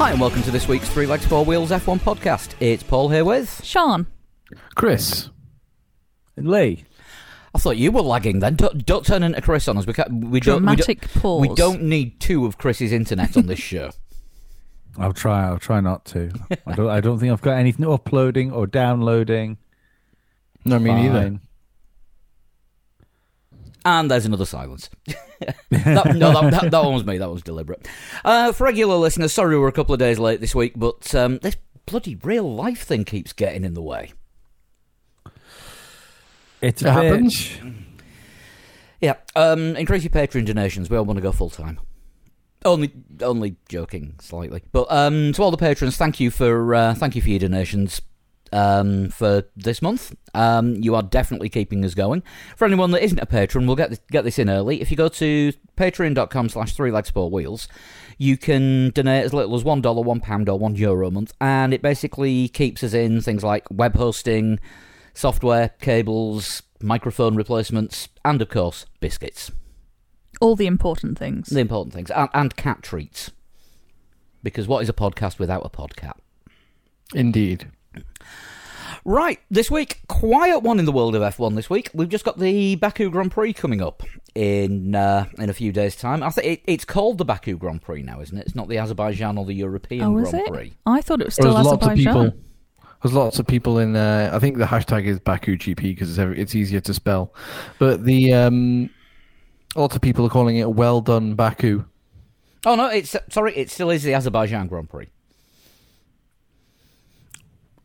and welcome to this week's Three Legs Four Wheels F1 podcast. It's Paul here with. Sean. Chris. And Lee. I thought you were lagging then. Don't, don't turn into Chris on us. We, can't, we don't. we don't- Dramatic pause. We don't need two of Chris's internet on this show. I'll try. I'll try not to. I don't. I don't think I've got anything uploading or downloading. No, me neither. Fine. And there's another silence. that, no, that, that, that one was me. That was deliberate. Uh, for regular listeners, sorry we were a couple of days late this week, but um, this bloody real life thing keeps getting in the way. It's a It bitch. happens. Yeah, um, increase your Patreon donations. We all want to go full time. Only, only joking slightly. But um, to all the patrons, thank you for uh, thank you for your donations um, for this month. Um, you are definitely keeping us going. For anyone that isn't a patron, we'll get this, get this in early. If you go to patreon.com slash three legs four wheels, you can donate as little as one dollar, one pound, or one euro a month, and it basically keeps us in things like web hosting, software, cables, microphone replacements, and of course, biscuits. All the important things. The important things. And, and cat treats. Because what is a podcast without a podcat? Indeed. Right, this week, quiet one in the world of F1 this week. We've just got the Baku Grand Prix coming up in uh, in a few days' time. I think it, it's called the Baku Grand Prix now, isn't it? It's not the Azerbaijan or the European oh, is Grand it? Prix. I thought it was There still was lots of Azerbaijan. people. There's lots of people in. Uh, I think the hashtag is Baku GP because it's every, it's easier to spell. But the um, lots of people are calling it "Well done Baku." Oh no, it's sorry, it still is the Azerbaijan Grand Prix.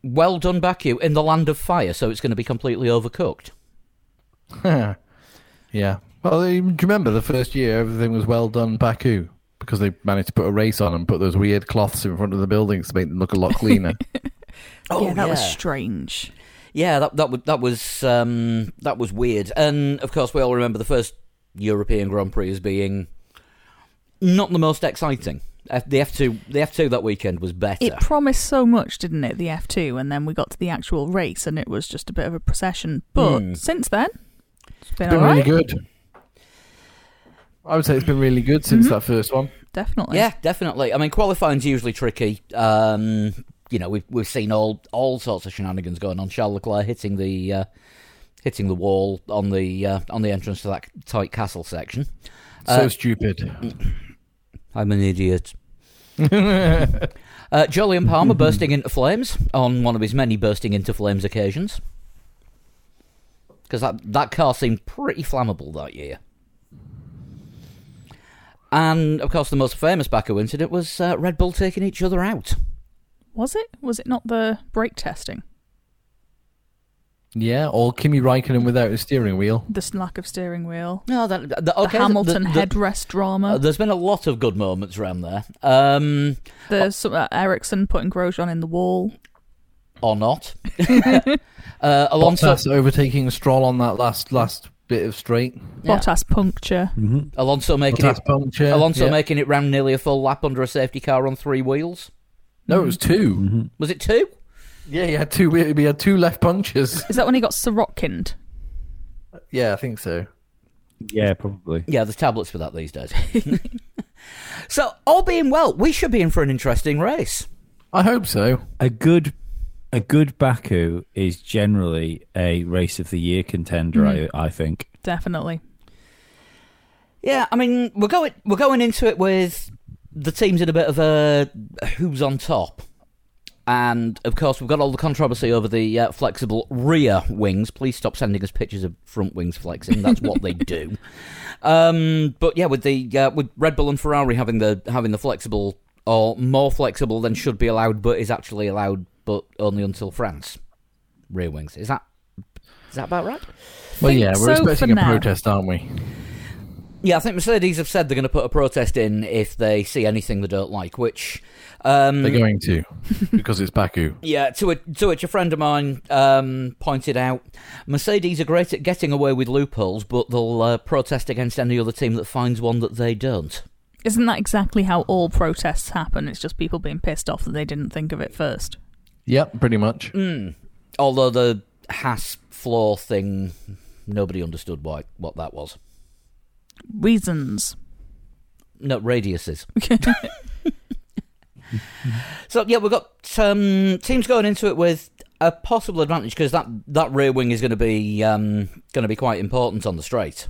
Well done, Baku, in the land of fire, so it's going to be completely overcooked. yeah. Well, do you remember the first year everything was "Well done Baku" because they managed to put a race on and put those weird cloths in front of the buildings to make them look a lot cleaner. Oh, Oh, yeah, that was strange. Yeah, that that was that was um, that was weird, and of course we all remember the first European Grand Prix as being not the most exciting. F- The F two the F two that weekend was better. It promised so much, didn't it? The F2, and then we got to the actual race, and it was just a bit of a procession. But Hmm. since then, it's been, It's been all really right. good. I would say it's been really good since Mm-hmm. that first one. Definitely. yeah, definitely. I mean, qualifying's usually tricky. Um, you know, we've we've seen all all sorts of shenanigans going on. Charles Leclerc hitting the uh, hitting the wall on the uh, on the entrance to that tight castle section. So Uh, stupid. I'm an idiot. uh, Jolyon Mm-hmm. Palmer bursting into flames on one of his many bursting into flames occasions. Because that, that car seemed pretty flammable that year. And, of course, the most famous Baku incident was uh, Red Bull taking each other out. Was it? Was it not the brake testing? Yeah, or Kimi Raikkonen without a steering wheel. The s- lack of steering wheel? No, that, that- okay, Oh, the Hamilton the- the- headrest drama? uh, there's been a lot of good moments around there. Um, the s- uh, Ericsson putting Grosjean in the wall? or not. uh, Alonso, Bottas overtaking Stroll on that last last bit of straight. Yeah. Bottas puncture? Mm-hmm. Alonso making it Bottas puncture. Alonso yeah. making it round nearly a full lap under a safety car on three wheels. No, it was 2 Mm-hmm. Was it two? Yeah, he had two. We had two left punches. Is that when he got Sirotkined? Yeah, I think so. Yeah, probably. Yeah, there's tablets for that these days. so, all being well, we should be in for an interesting race. I hope so. A good, a good Baku is generally a race of the year contender. I, I think. Definitely. Yeah, I mean, we're going we're going into it with the teams in a bit of a who's on top. And of course, we've got all the controversy over the uh, flexible rear wings. Please stop sending us pictures of front wings flexing. That's what they do. Um, but yeah, with the uh, with Red Bull and Ferrari having the having the flexible or more flexible than should be allowed, but is actually allowed, but only until France. Rear wings is that is that about right? Well, Think yeah, we're so for expecting a now. protest, aren't we? Yeah, I think Mercedes have said they're going to put a protest in if they see anything they don't like. Which, um, They're going to because it's Baku. yeah, to which, to which a friend of mine um, pointed out, Mercedes are great at getting away with loopholes, but they'll uh, protest against any other team that finds one that they don't. Isn't that exactly how all protests happen? It's just people being pissed off that they didn't think of it first. Yep, pretty much. Although the Haas floor thing, nobody understood why what that was. Reasons. No radiuses. So yeah, we've got um, teams going into it with a possible advantage because that that rear wing is going to be um, going to be quite important on the straight.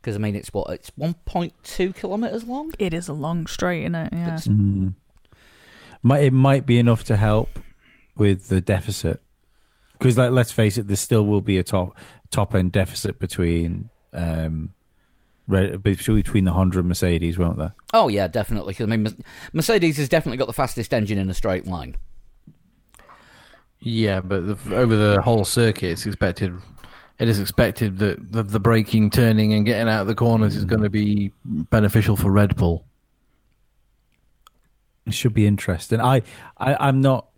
Because I mean, it's what it's one point two kilometers long. It is a long straight, isn't it? Yeah. It's- Mm. Might it might be enough to help with the deficit because like, let's face it, there still will be a top top end deficit between um re- between between the Honda and Mercedes, won't there? Oh yeah, definitely. 'Cause, I mean, Mer- Mercedes has definitely got the fastest engine in a straight line. Yeah, but the, over the whole circuit, it's expected. It is expected that the, the braking, turning, and getting out of the corners is going to be beneficial for Red Bull. It should be interesting. I, I I'm not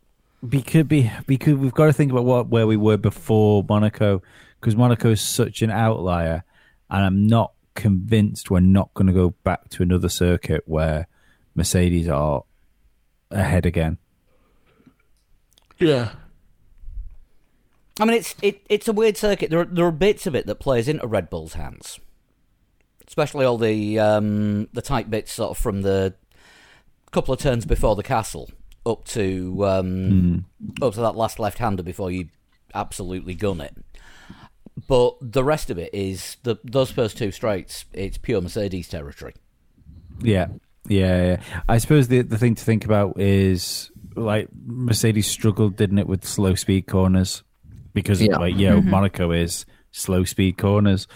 because be because we've got to think about what where we were before Monaco because Monaco is such an outlier, and I'm not convinced we're not going to go back to another circuit where Mercedes are ahead again. Yeah. I mean, it's it, it's a weird circuit. There are, there are bits of it that plays into Red Bull's hands, especially all the um, the tight bits sort of from the couple of turns before the castle up to um, up to that last left hander before you absolutely gun it. But the rest of it is the those first two straights. It's pure Mercedes territory. Yeah, yeah, yeah. I suppose the the thing to think about is like Mercedes struggled, didn't it, with slow speed corners because Yeah. like yo Monaco is slow speed corners,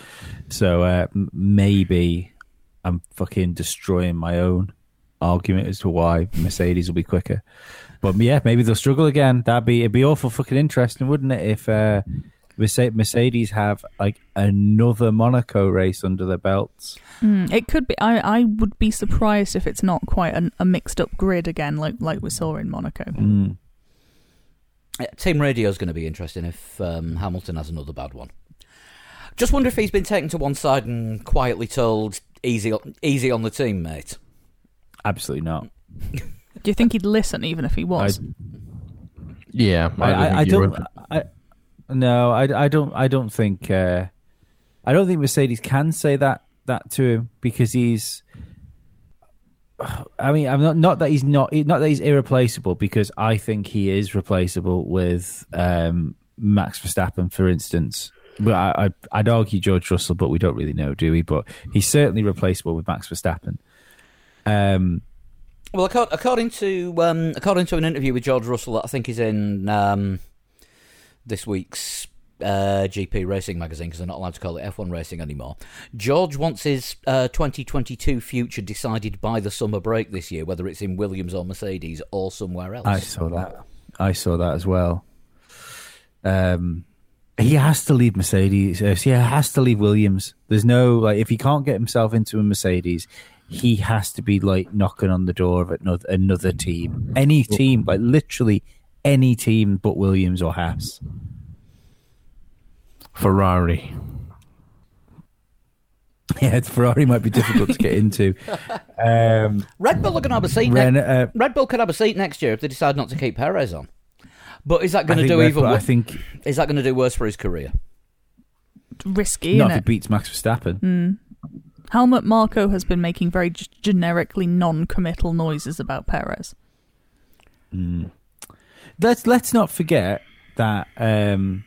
so uh, m- maybe I'm fucking destroying my own argument as to why Mercedes will be quicker. But yeah, maybe they'll struggle again. That'd be it'd be awful fucking interesting, wouldn't it? If uh, Merce- Mercedes have like another Monaco race under their belts. Mm, it could be. I, I would be surprised if it's not quite an, a mixed up grid again, like like we saw in Monaco. Mm. Yeah, Team Radio's going to be interesting if um, Hamilton has another bad one. Just wonder if he's been taken to one side and quietly told easy, easy on the team, mate. Absolutely not. Do you think he'd listen even if he was? Yeah. I, I, I think you don't. would. I, no, I, I don't. I don't think. Uh, I don't think Mercedes can say that that to him because he's. I mean, I'm not not that he's not not that he's irreplaceable because I think he is replaceable with um, Max Verstappen, for instance. But I, I, I'd argue George Russell, but we don't really know, do we? But he's certainly replaceable with Max Verstappen. Um, Well, accord- according to um, according to an interview with George Russell, that I think is in um, this week's uh, GP Racing magazine because they're not allowed to call it F1 Racing anymore. George wants his uh, 2022 future decided by the summer break this year, whether it's in Williams or Mercedes or somewhere else. I saw that. I saw that as well. Um, he has to leave Mercedes. uh, He has to leave Williams. There's no like if he can't get himself into a Mercedes, he has to be like knocking on the door of another another team, any team, like literally any team but Williams or Haas. Ferrari. Yeah, Ferrari might be difficult to get into. Um, Red Bull are going to have a seat. Ren- ne- uh, Red Bull could have a seat next year if they decide not to keep Perez on. But is that I going to think do Red even? Bull- I Wor- think is that going to do worse for his career? Risky, not isn't if he it? beats Max Verstappen. Helmut Marco has been making very g- generically non-committal noises about Perez. let's let's not forget that um,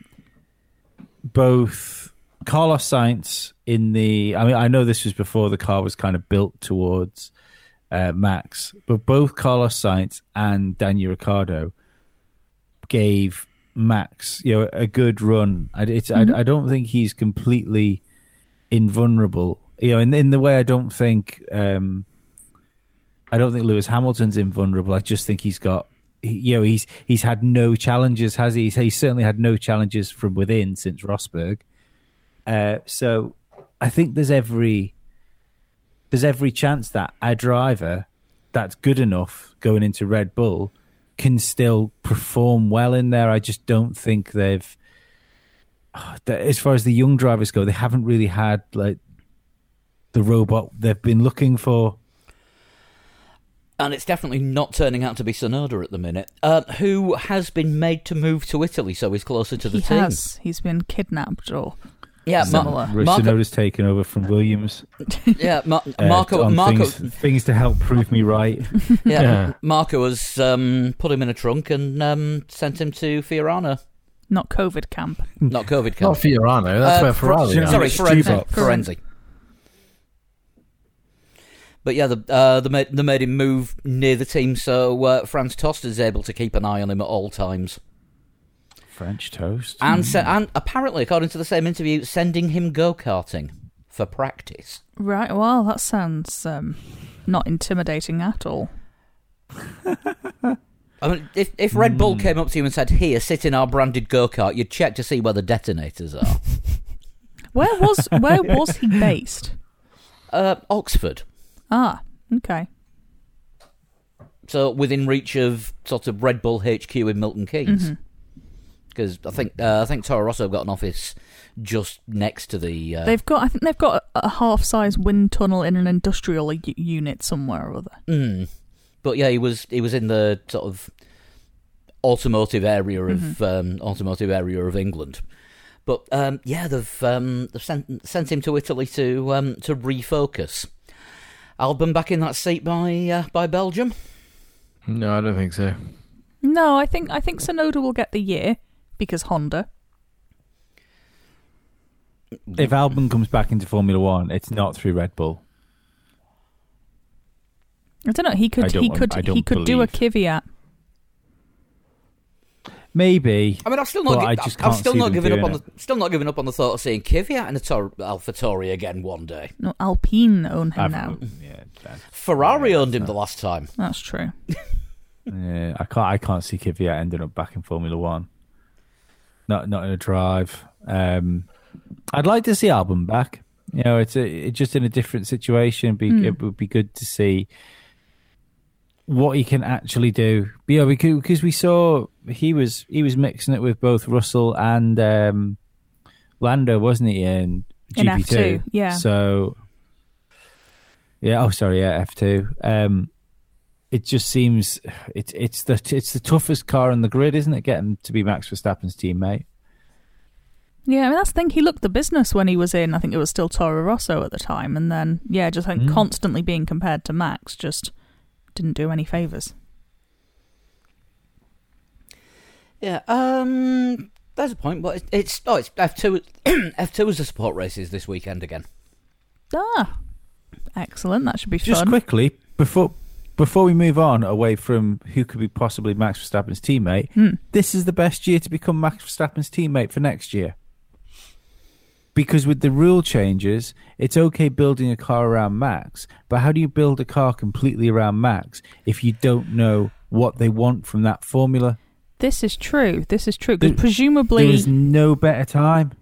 both Carlos Sainz in the I mean I know this was before the car was kind of built towards uh, Max, but both Carlos Sainz and Daniel Ricciardo gave Max you know a good run. I, it's, I, I don't think he's completely invulnerable. You know, in in the way I don't think um, I don't think Lewis Hamilton's invulnerable. I just think he's got, he, you know, he's he's had no challenges, has he? He's, he's certainly had no challenges from within since Rosberg. Uh, so I think there's every there's every chance that a driver that's good enough going into Red Bull can still perform well in there. I just don't think they've, that- as far as the young drivers go, they haven't really had like the robot they've been looking for. And it's definitely not turning out to be Sonoda at the minute, uh, who has been made to move to Italy, so he's closer to the he team. has. He's been kidnapped or Yeah, Some Ma- Similar. Rich Marco- Tsunoda's taken over from Williams. yeah, Ma- uh, Marco, on Marco, things, things to help prove me right. yeah, Yeah. Marco has um, put him in a trunk and um, sent him to Fiorana, Not COVID camp. not COVID camp. Not Fiorano. That's Uh, where Fra- Ferrari. are. Yeah. Sorry, Forenzi. Streebok. Forenzi. But yeah, the, uh, they, made, they made him move near the team, so uh, Franz Toster's able to keep an eye on him at all times. French toast. And, uh, se- and apparently, according to the same interview, sending him go karting for practice. Right. Well, that sounds um, not intimidating at all. I mean, if, if Red Bull came up to you and said, Here, sit in our branded go kart, you'd check to see where the detonators are. Where was where was he based? uh, Oxford. Ah, okay. So within reach of sort of Red Bull HQ in Milton Mm-hmm. Keynes, because I think Mm. uh, I think Toro Rosso got an office just next to the. Uh, They've got I think they've got a, a half-size wind tunnel in an industrial u- unit somewhere or other. mm. but yeah, he was he was in the sort of automotive area of Mm-hmm. um, automotive area of England. But um, yeah, they've um, they've sent sent him to Italy to um, to refocus. Albon back in that seat by uh, by Belgium. No, I don't think so. No, I think I think Sonoda will get the year because Honda. Mm. if Albon comes back into Formula One, it's not through Red Bull. I don't know. He I could don't he want- could I don't he could do a believe. Kvyat. Maybe. I mean, I'm still not. Well, gi- I just I'm can't still see not them giving up doing on the, still not giving up on the thought of seeing Kvyat and a Tor- AlphaTauri again one day. No, Alpine own him I've- now. yeah, that- Ferrari Yeah, owned him that's the last time. That's true. yeah, I can't. I can't see Kvyat ending up back in Formula One. Not not in a drive. Um, I'd like to see Albon back. You know, it's a, it's just in a different situation. Be, Hmm. It would be good to see what he can actually do. But yeah, because because we saw he was he was mixing it with both Russell and um, Lando, wasn't he? In In GP F2, two, yeah. So yeah, oh sorry, yeah, F two. Um, it just seems it's it's the it's the toughest car on the grid, isn't it? Getting to be Max Verstappen's teammate. Yeah, I mean that's the thing. He looked the business when he was in. I think it was still Toro Rosso at the time, and then yeah, just I think Mm. constantly being compared to Max just didn't do any favors. Yeah. Um. There's a point, but it's, it's oh, it's F two. F two is the support races this weekend again. Ah, excellent. That should be Just fun. quickly before before we move on away from who could be possibly Max Verstappen's teammate, Hmm. this is the best year to become Max Verstappen's teammate for next year. Because with the rule changes, it's okay building a car around Max, but how do you build a car completely around Max if you don't know what they want from that formula? This is true. This is true. 'Cause There- presumably There is no better time.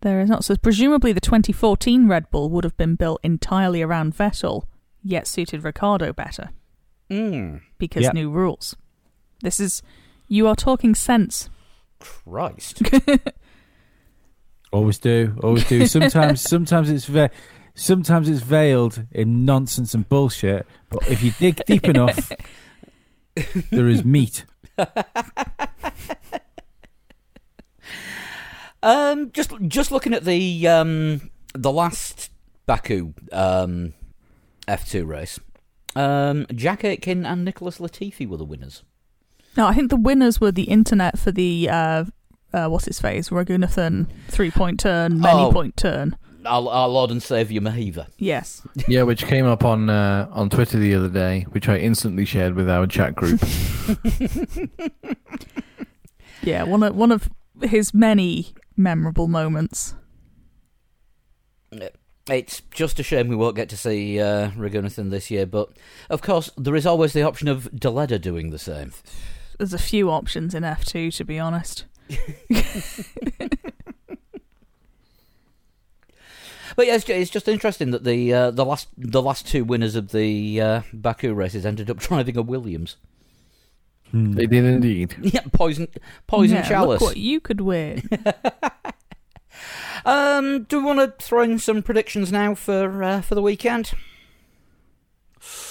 there is not. So presumably the 2014 Red Bull would have been built entirely around Vettel, yet suited Ricardo better Mm. because Yeah. new rules. This is you are talking sense. Christ. Always do, always do. Sometimes, sometimes it's ve- sometimes it's veiled in nonsense and bullshit. But if you dig deep enough, there is meat. um. Just just looking at the um the last Baku um F two race. Um. Jack Aitken and Nicholas Latifi were the winners. No, I think the winners were the internet for the uh, uh, what's his face Raghunathan three point turn, many Oh. point turn. Our, our Lord and Saviour Mahiva. Yes, Yeah, which came up on uh, on Twitter the other day, which I instantly shared with our chat group. yeah, one of one of his many memorable moments. It's just a shame we won't get to see uh, Raghunathan this year, but of course there is always the option of Daleda doing the same. There's a few options in F two, to be honest. But yeah, it's, ju- it's just interesting that the uh, the last the last two winners of the uh, Baku races ended up driving a Williams. Hmm. they did indeed. Yeah, poison poison yeah, chalice. Look what you could win. Um, do we want to throw in some predictions now for uh, for the weekend?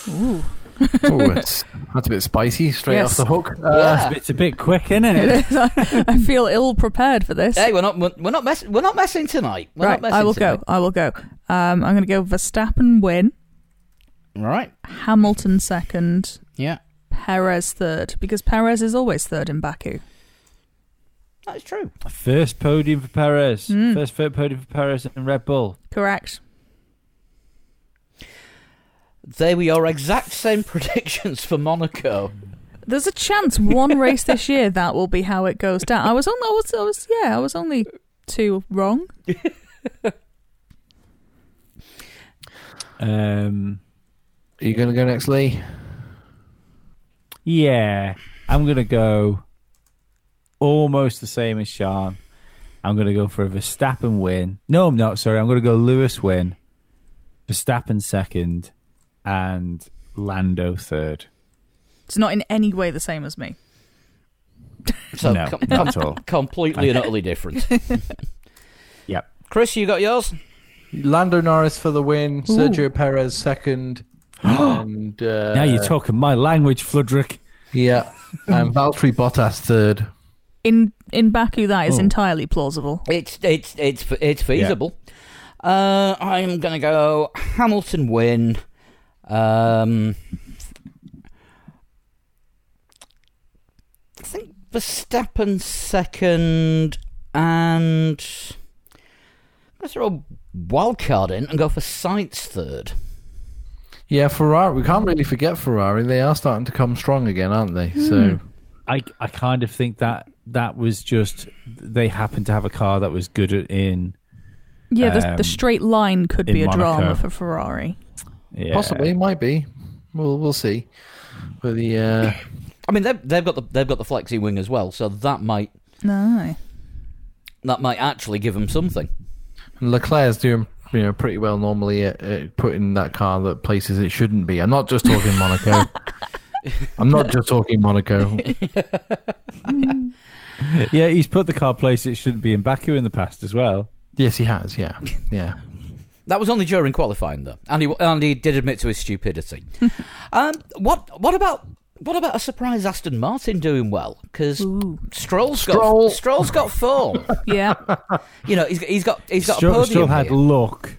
Ooh, Oh, it's, that's a bit spicy, straight Yes. off the hook. Uh, Yeah. It's a bit quick, isn't it? I feel ill prepared for this. Hey, we're not we're not mess, we're not messing tonight. We're not right, messing I will tonight. go. I will go. Um, I'm going to go Verstappen win, Right. Hamilton second, Yeah. Perez third, because Perez is always third in Baku. That's true. First podium for Perez. Mm. First third podium for Perez and Red Bull. Correct. There we are, exact same predictions for Monaco. There's a chance one race this year that will be how it goes down. I was only, I was, I was, yeah, I was only two wrong. Um, Are you going to go next, Lee? yeah, I'm gonna go almost the same as Sean. I'm gonna go for a Verstappen win. No, I'm not. Sorry, I'm gonna go Lewis win, Verstappen second, and Lando third. It's not in any way the same as me. So no, com- not at all. completely and utterly different. Yep. Chris, you got yours? Lando Norris for the win, Sergio Perez second. and uh, Now you're talking my language, Fludrick. Yeah, and Valtteri Bottas third. In in Baku, that is Oh. entirely plausible. It's it's it's it's feasible. Uh, I'm gonna go Hamilton win. Um, I think Verstappen second, and I'm gonna throw a wild card in and go for Sainz third. Yeah, Ferrari. We can't really forget Ferrari. They are starting to come strong again, aren't they? Hmm. So I I kind of think that that was just they happened to have a car that was good at in Yeah, the, Um, the straight line could in be a drama Monaco. for Ferrari. yeah. possibly might be. We'll we'll see. But the uh, I mean, they've they've got the they've got the flexi wing as well, so that might No. that might actually give them something. Leclerc's doing you know pretty well normally at, at putting that car that places it shouldn't be. I'm not just talking Monaco. I'm not just talking Monaco. Yeah, he's put the car place it shouldn't be in Baku in the past as well. Yes, he has. Yeah, yeah. That was only during qualifying, though, and he and he did admit to his stupidity. um, what what about what about a surprise Aston Martin doing well? Because Ooh. Stroll's Stroll. got Stroll's got form. Yeah. you know, he's, he's got he's got a Stroll, podium. Stroll had here. luck.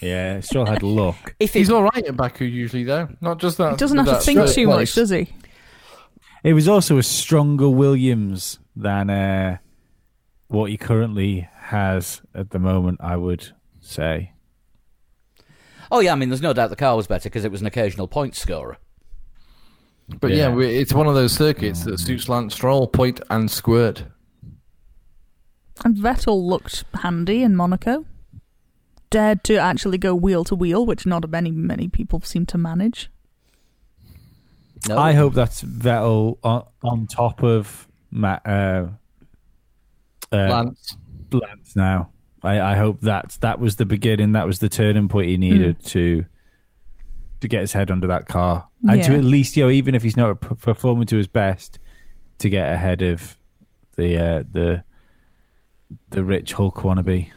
Yeah, Stroll had luck. if he, He's all right at Baku usually, though. Not just that. He doesn't have to that think third too place. much, does he? It was also a stronger Williams than uh, what he currently has at the moment. I would say. oh yeah, I mean, there's no doubt the car was better because it was an occasional point scorer. But yeah, Yeah. we it's one of those circuits that suits Lance Stroll, point and squirt. And Vettel looked handy in Monaco. Dared to actually go wheel to wheel, which not many many people seem to manage. No, I hope that's Vettel on, on top of Matt, uh, uh, Lance. Lance now. I, I hope that that was the beginning. That was the turning point he needed to to get his head under that car and to Yeah. at least, you know, even if he's not p- performing to his best, to get ahead of the uh, the the rich Hulk wannabe.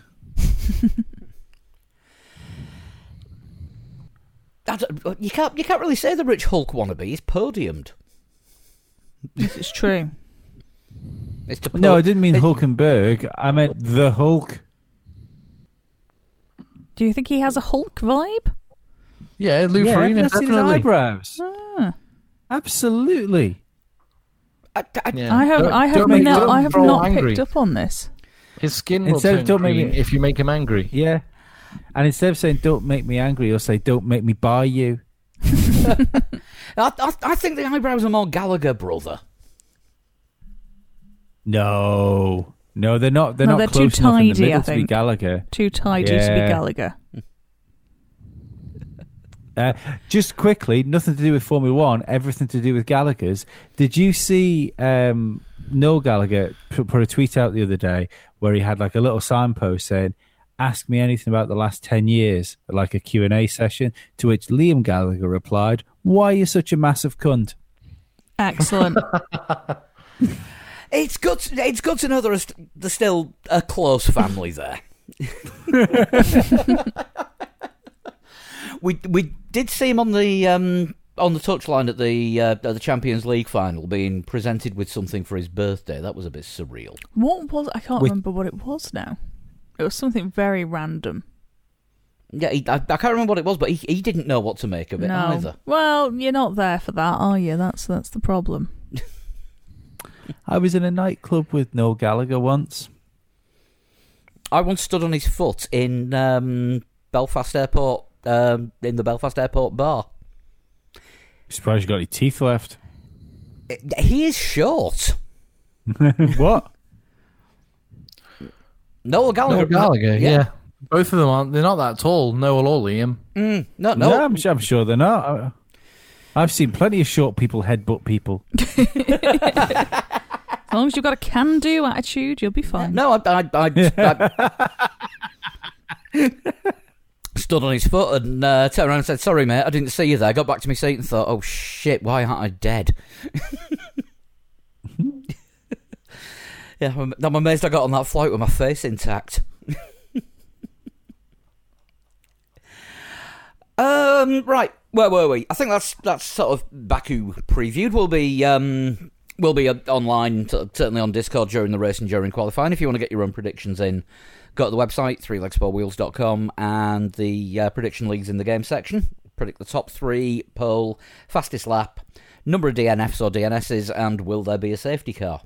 I don't- you can't you can't really say the rich Hulk wannabe. He's podiumed. This is true. It's to No, I put- didn't mean it- Hulkenberg. I meant the Hulk. Do you think he has a Hulk vibe? Yeah, Lou yeah, Farina, that's in his definitely. eyebrows. Absolutely. I- I- Yeah. I have Don't- I have don't make no, Lance I have Stroll not angry. picked up on this. His skin will Instead of turn don't make green me- if you make him angry. Yeah. And instead of saying "Don't make me angry," you'll say "Don't make me buy you." I, I, I think the eyebrows are more Gallagher brother. No, no, they're not. They're No, not they're too close enough in the tidy, middle I to be think. Gallagher. Too tidy to be Yeah. Gallagher. Uh, just quickly, nothing to do with Formula One, everything to do with Gallagher's. Did you see um, Noel Gallagher put, put a tweet out the other day where he had like a little signpost saying, "Ask me anything about the last ten years," like a Q and A session. To which Liam Gallagher replied, "Why are you such a massive cunt?" Excellent. It's good. To, it's good to know there's there's still a close family there. we we did see him on the um, on the touchline at the uh, at the Champions League final, being presented with something for his birthday, that was a bit surreal. What was I can't With- remember what it was now. It was something very random. Yeah, he, I, I can't remember what it was, but he, he didn't know what to make of it no. either. Well, you're not there for that, are you? That's that's the problem. I was in a nightclub with Noel Gallagher once. I once stood on his foot in um, Belfast Airport, um, in the Belfast Airport bar. Surprised you got any teeth left. He is short. what? Noel Gallagher. Noel Gallagher, yeah. Both of them aren't. They're not that tall. Noel or Liam. Mm, no, No, no. I'm, I'm sure they're not. I- I've seen plenty of short people headbutt people. As long as you've got a can-do attitude, you'll be fine. No, I, I, I, I stood on his foot and uh, turned around and said, "Sorry, mate, I didn't see you there." I got back to my seat and thought, "Oh shit, why aren't I dead?" yeah, I'm, I'm amazed I got on that flight with my face intact. um, right, where were we? I think that's that's sort of Baku previewed. We'll be um, we'll be uh, online, t- certainly on Discord during the race and during qualifying. If you want to get your own predictions in, go to the website, threelegsfourwheels.com, and the uh, prediction leagues in the game section. Predict the top three, poll, fastest lap, number of DNFs or DNSs, and will there be a safety car?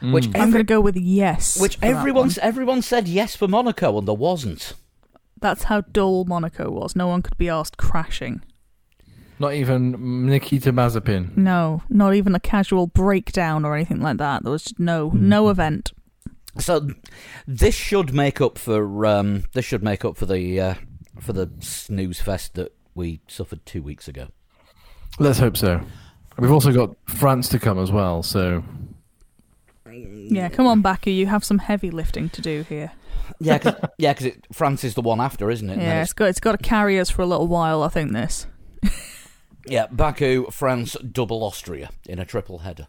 Which, I'm every- going to go with yes. which Mm. for that everyone, one. everyone said yes for Monaco, and there wasn't. That's how dull Monaco was. No one could be asked crashing. Not even Nikita Mazepin. No, not even a casual breakdown or anything like that. There was just no no event. So this should make up for um, this should make up for the uh, for the snooze fest that we suffered two weeks ago. Let's hope so. We've also got France to come as well, so Yeah, come on, Baku, you have some heavy lifting to do here. Yeah, cause, yeah, because France is the one after, isn't it? And then Yeah, it's- it's got it's got to carry us for a little while. I think this. yeah. Baku, France, double Austria in a triple header.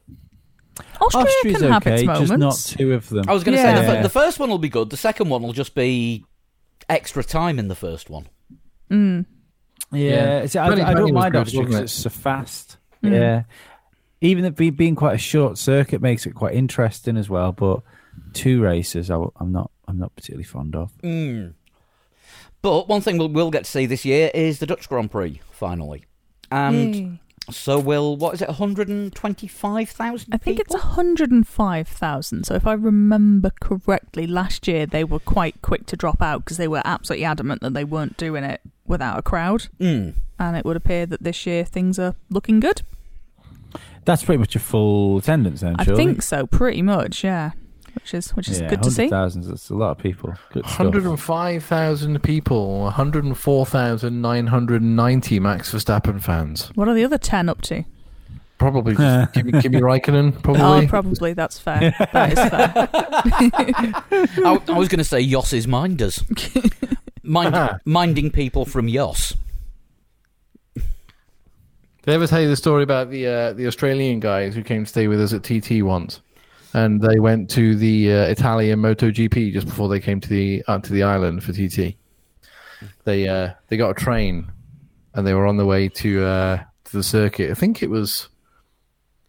Austria Austria's can have okay, its moments. just not two of them. Oh, I was going to say the, fir- Yeah. the first one will be good. The second one will just be extra time in the first one. Mm. Yeah. Yeah, See, I, Bloody I Italian don't was mind good, Austria wasn't because it? it's so fast. Mm. Yeah, even it be, being quite a short circuit makes it quite interesting as well. But two races, I, am not, I'm not particularly fond of. Mm. But one thing we'll, we'll get to see this year is the Dutch Grand Prix finally, and so will what is it? One hundred and twenty-five thousand. Mm. I think it's 105,000. So, if I remember correctly, last year they were quite quick to drop out because they were absolutely adamant that they weren't doing it without a crowd. Mm. And it would appear that this year things are looking good. That's pretty much a full attendance, then. I surely? think so, pretty much, yeah. Which is which is yeah, good to see. 100,000, That's a lot of people. Good stuff. 105,000 people, 104,990 Max Verstappen fans. What are the other 10 up to? Probably just Kimi, Kimi Raikkonen, Oh, probably. probably that's fair. That is fair. I, I was going to say Yoss's minders, Uh-huh. Mind, minding people from Yoss. Did I ever tell you the story about the uh, the Australian guys who came to stay with us at TT once, and they went to the uh, Italian MotoGP just before they came to the uh, to the island for TT. They uh, they got a train, and they were on the way to uh, to the circuit. I think it was,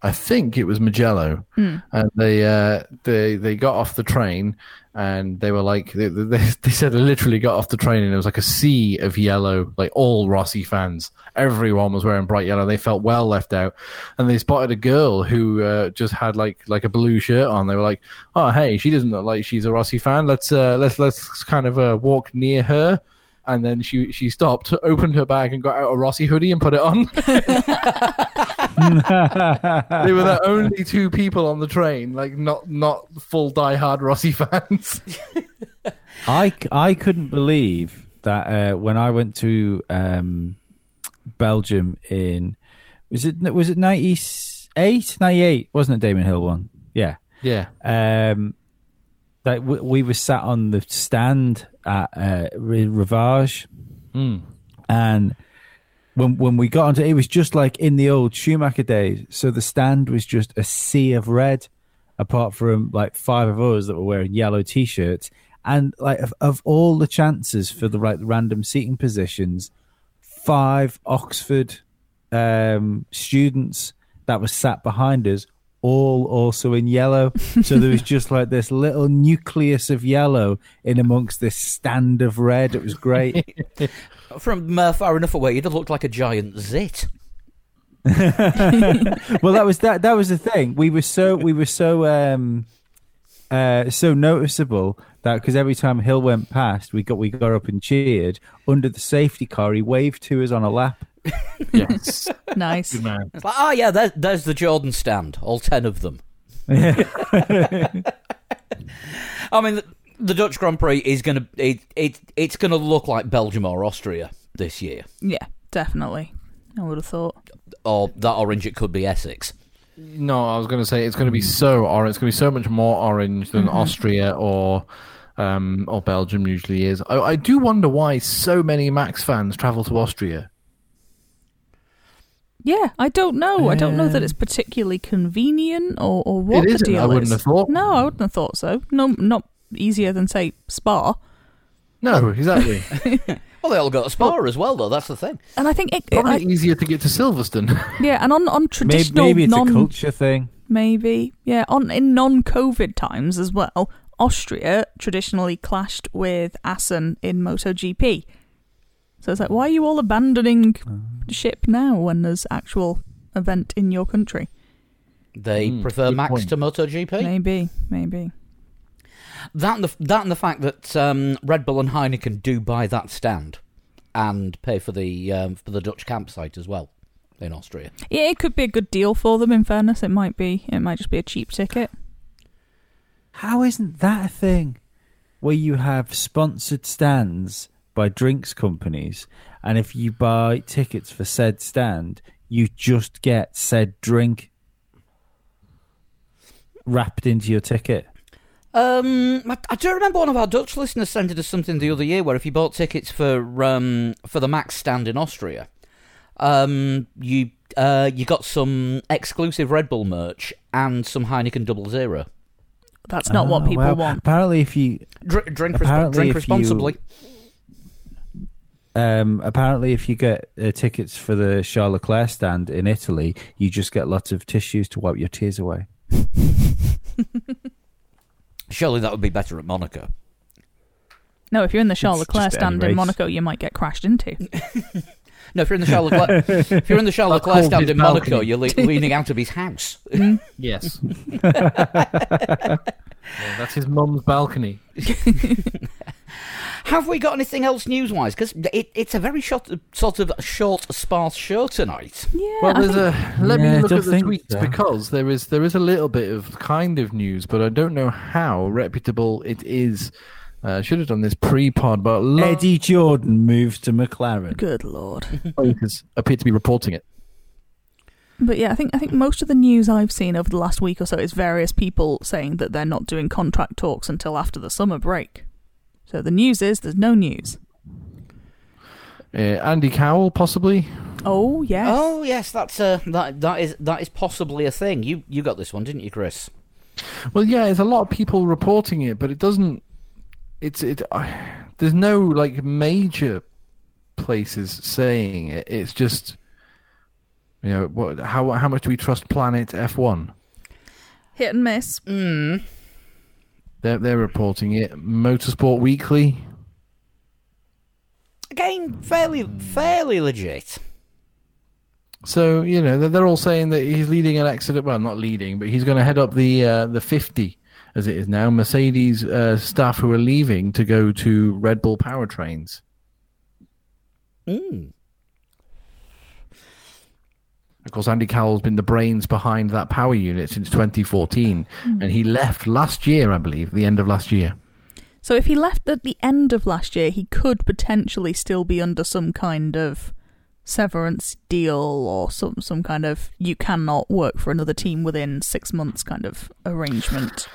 I think it was Magello, and they uh, they they got off the train. And they were like, they, they, they said they literally got off the train and it was like a sea of yellow, like all Rossi fans. Everyone was wearing bright yellow. They felt well left out, and they spotted a girl who uh, just had like like a blue shirt on. They were like, "Oh, hey, she doesn't look like she's a Rossi fan. Let's uh, let's let's kind of uh, walk near her." And then she she stopped, opened her bag, and got out a Rossi hoodie and put it on. they were the only two people on the train, like not not full diehard Rossi fans. I, I couldn't believe that uh, when I went to um, Belgium in was it was it 98 98 wasn't it Damon Hill one yeah yeah, um that we, we were sat on the stand at uh, Re- Rivage and when when we got onto it was just like in the old Schumacher days so the stand was just a sea of red apart from like five of us that were wearing yellow t-shirts and like of, of all the chances for the like random seating positions five Oxford um, students that were sat behind us all also in yellow. So there was just like this little nucleus of yellow in amongst this stand of red. It was great. From uh, far enough away, you'd have looked like a giant zit. well, that was that. That was the thing. We were so we were so um, uh, so noticeable that because every time Hill went past, we got we got up and cheered under the safety car. He waved to us on a lap. Yes. Nice. Good man. It's like, oh yeah, there, there's the Jordan stand. All ten of them. I mean, the, the Dutch Grand Prix is gonna it, it it's gonna look like Belgium or Austria this year, Yeah, definitely. I would have thought. or that orange it could be Essex. No, I was going to say it's going to be so orange. It's going to be so much more orange than Austria or um, or Belgium usually is. I, I do wonder why so many Max fans travel to Austria. Yeah, I don't know. I don't know that Um, it's particularly convenient or, or what It the isn't, deal I wouldn't is. have thought. No, I wouldn't have thought so. No, not easier than say Spa. No, exactly. Well, they all go to Spa as well, though. That's the thing. And I think it, it- Probably I- easier to get to Silverstone. yeah, and on on maybe, traditional maybe it's non a culture thing. maybe yeah on in non-COVID times as well. Austria traditionally clashed with Assen in MotoGP, so it's like why are you all abandoning Mm. ship now when there's actual event in your country? They Mm, prefer good Max point. to MotoGP. Maybe, maybe. That and the that and the fact that um, Red Bull and Heineken do buy that stand and pay for the um, for the Dutch campsite as well in Austria. Yeah, it could be a good deal for them. In fairness, it might be. It might just be a cheap ticket. How isn't that a thing? Where you have sponsored stands by drinks companies, and if you buy tickets for said stand, you just get said drink wrapped into your ticket. Um, I, I do remember one of our Dutch listeners sent us something the other year where if you bought tickets for um, for the Max stand in Austria, um, you uh, you got some exclusive Red Bull merch and some Heineken Double Zero. That's not what Ah, people well, want. Apparently, if you Dr- drink resp- Apparently drink if responsibly. um, apparently if you get uh, tickets for the Charles Leclerc stand in Italy, you just get lots of tissues to wipe your tears away. Surely that would be better at Monaco. No, if you're in the Charles It's Leclerc just any stand in race. Monaco, you might get crashed into. No, if you're in the Charles Leclerc, if you're in the Charles That's Leclerc called stand his in Monaco, balcony. you're le- leaning out of his house. yes. Yeah, that's his mum's balcony. Have we got anything else news-wise? Because it, it's a very short, sort of short, sparse show tonight. Yeah, Well, I there's think- a. Let Yeah, I me look don't at the think tweets so. because there is there is a little bit of kind of news, but I don't know how reputable it is. Uh, should have done this pre-pod, but a lot Eddie Jordan moves to McLaren. good lord. of places appear to be reporting it. But yeah, I think I think most of the news I've seen over the last week or so is various people saying that they're not doing contract talks until after the summer break. So the news is there's no news. Uh, Andy Cowell, possibly. Oh yes. Oh yes, that's uh, that that is that is possibly a thing. You you got this one, didn't you, Chris? Well, yeah, there's a lot of people reporting it, but it doesn't. It's it. I there's no like major places saying it. It's just you know what? How how much do we trust Planet F1? Hit and miss. Mm. They're they're reporting it. Motorsport Weekly. Again, fairly fairly legit. So you know they're, they're all saying that he's leading an accident. Well, not leading, but he's going to head up the uh, the fifty as it is now. Mercedes uh, staff who are leaving to go to Red Bull powertrains. Mm. Of course, Andy Cowell's been the brains behind that power unit since 2014, and he left last year, I believe, the end of last year. So if he left at the end of last year, he could potentially still be under some kind of severance deal or some some kind of you cannot work for another team within six months kind of arrangement.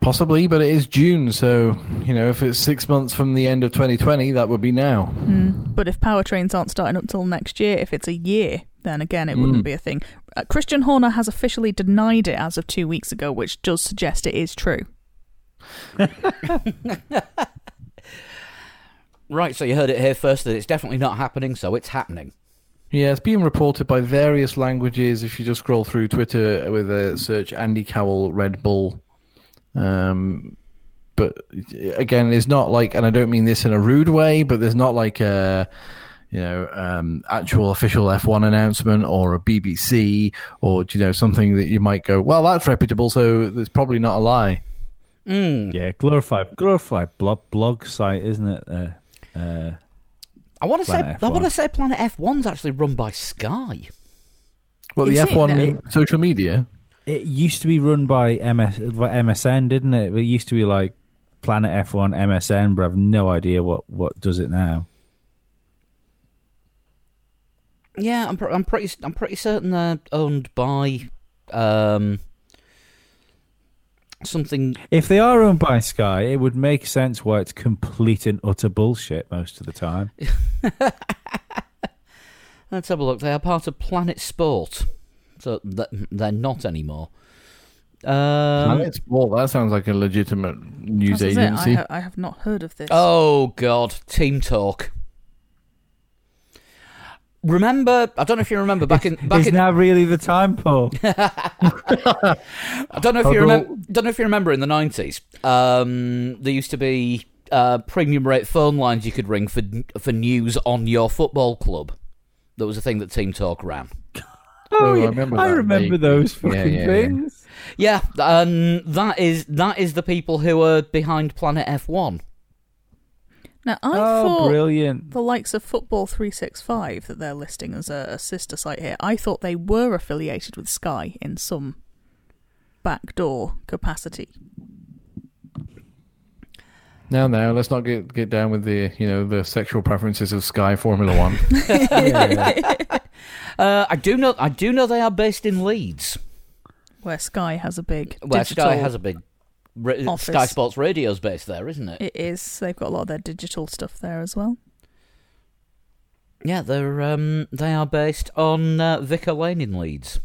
Possibly, but it is June, so you know if it's six months from the end of 2020, that would be now. But if powertrains aren't starting up till next year, if it's a year, then again it Mm. wouldn't be a thing. Uh, Christian Horner has officially denied it as of two weeks ago, which does suggest it is true. Right, so you heard it here first that it's definitely not happening, so it's happening. Yeah, it's being reported by various languages. If you just scroll through Twitter with a search Andy Cowell Red Bull, um, but again, it's not like, and I don't mean this in a rude way, but there's not like a you know um, actual official F1 announcement or a BBC or you know something that you might go, well, that's reputable, so it's probably not a lie. Hmm. Yeah, glorified, glorified blog blog site, isn't it? Uh, uh, I want to say Planet I want to F1. say Planet F1's actually run by Sky. Well, the Is it, F1 social media. it used to be run by MS by MSN, didn't it? It used to be like Planet F1 MSN, but I've no idea what what does it now. Yeah, I'm, pr- I'm pretty I'm pretty certain they're owned by um something. If they are owned by Sky, it would make sense why it's complete and utter bullshit most of the time. Let's have a look. They are part of Planet Sport, so th- they're not anymore. Um, Planet Sport, that sounds like a legitimate news That's it, I, agency. ha- I have not heard of this. oh God, Team Talk. Remember, I don't know if you remember back in back Is in now really the time, Paul? Oh, I don't know if you Although- remember. Don't know if you remember in the nineties. Um, there used to be uh, premium rate phone lines you could ring for for news on your football club. That was a thing that Team Talk ran. Oh, I yeah, remember I that, remember mate. those Yeah, fucking yeah, yeah. things. Yeah, um, that is that is the people who are behind Planet F One. now, I Oh, thought brilliant! the likes of Football 365 that they're listing as a, a sister site here, I thought they were affiliated with Sky in some backdoor capacity. Now, now, let's not get get down with the you know the sexual preferences of Sky Formula One. Uh, I do know. I do know they are based in Leeds, Where Sky has a big where digital Sky has a big ra- Office. Sky Sports Radio's based there, isn't it? It is. They've got a lot of their digital stuff there as well. Yeah, they're um, they are based on uh, Vicar Lane in Leeds.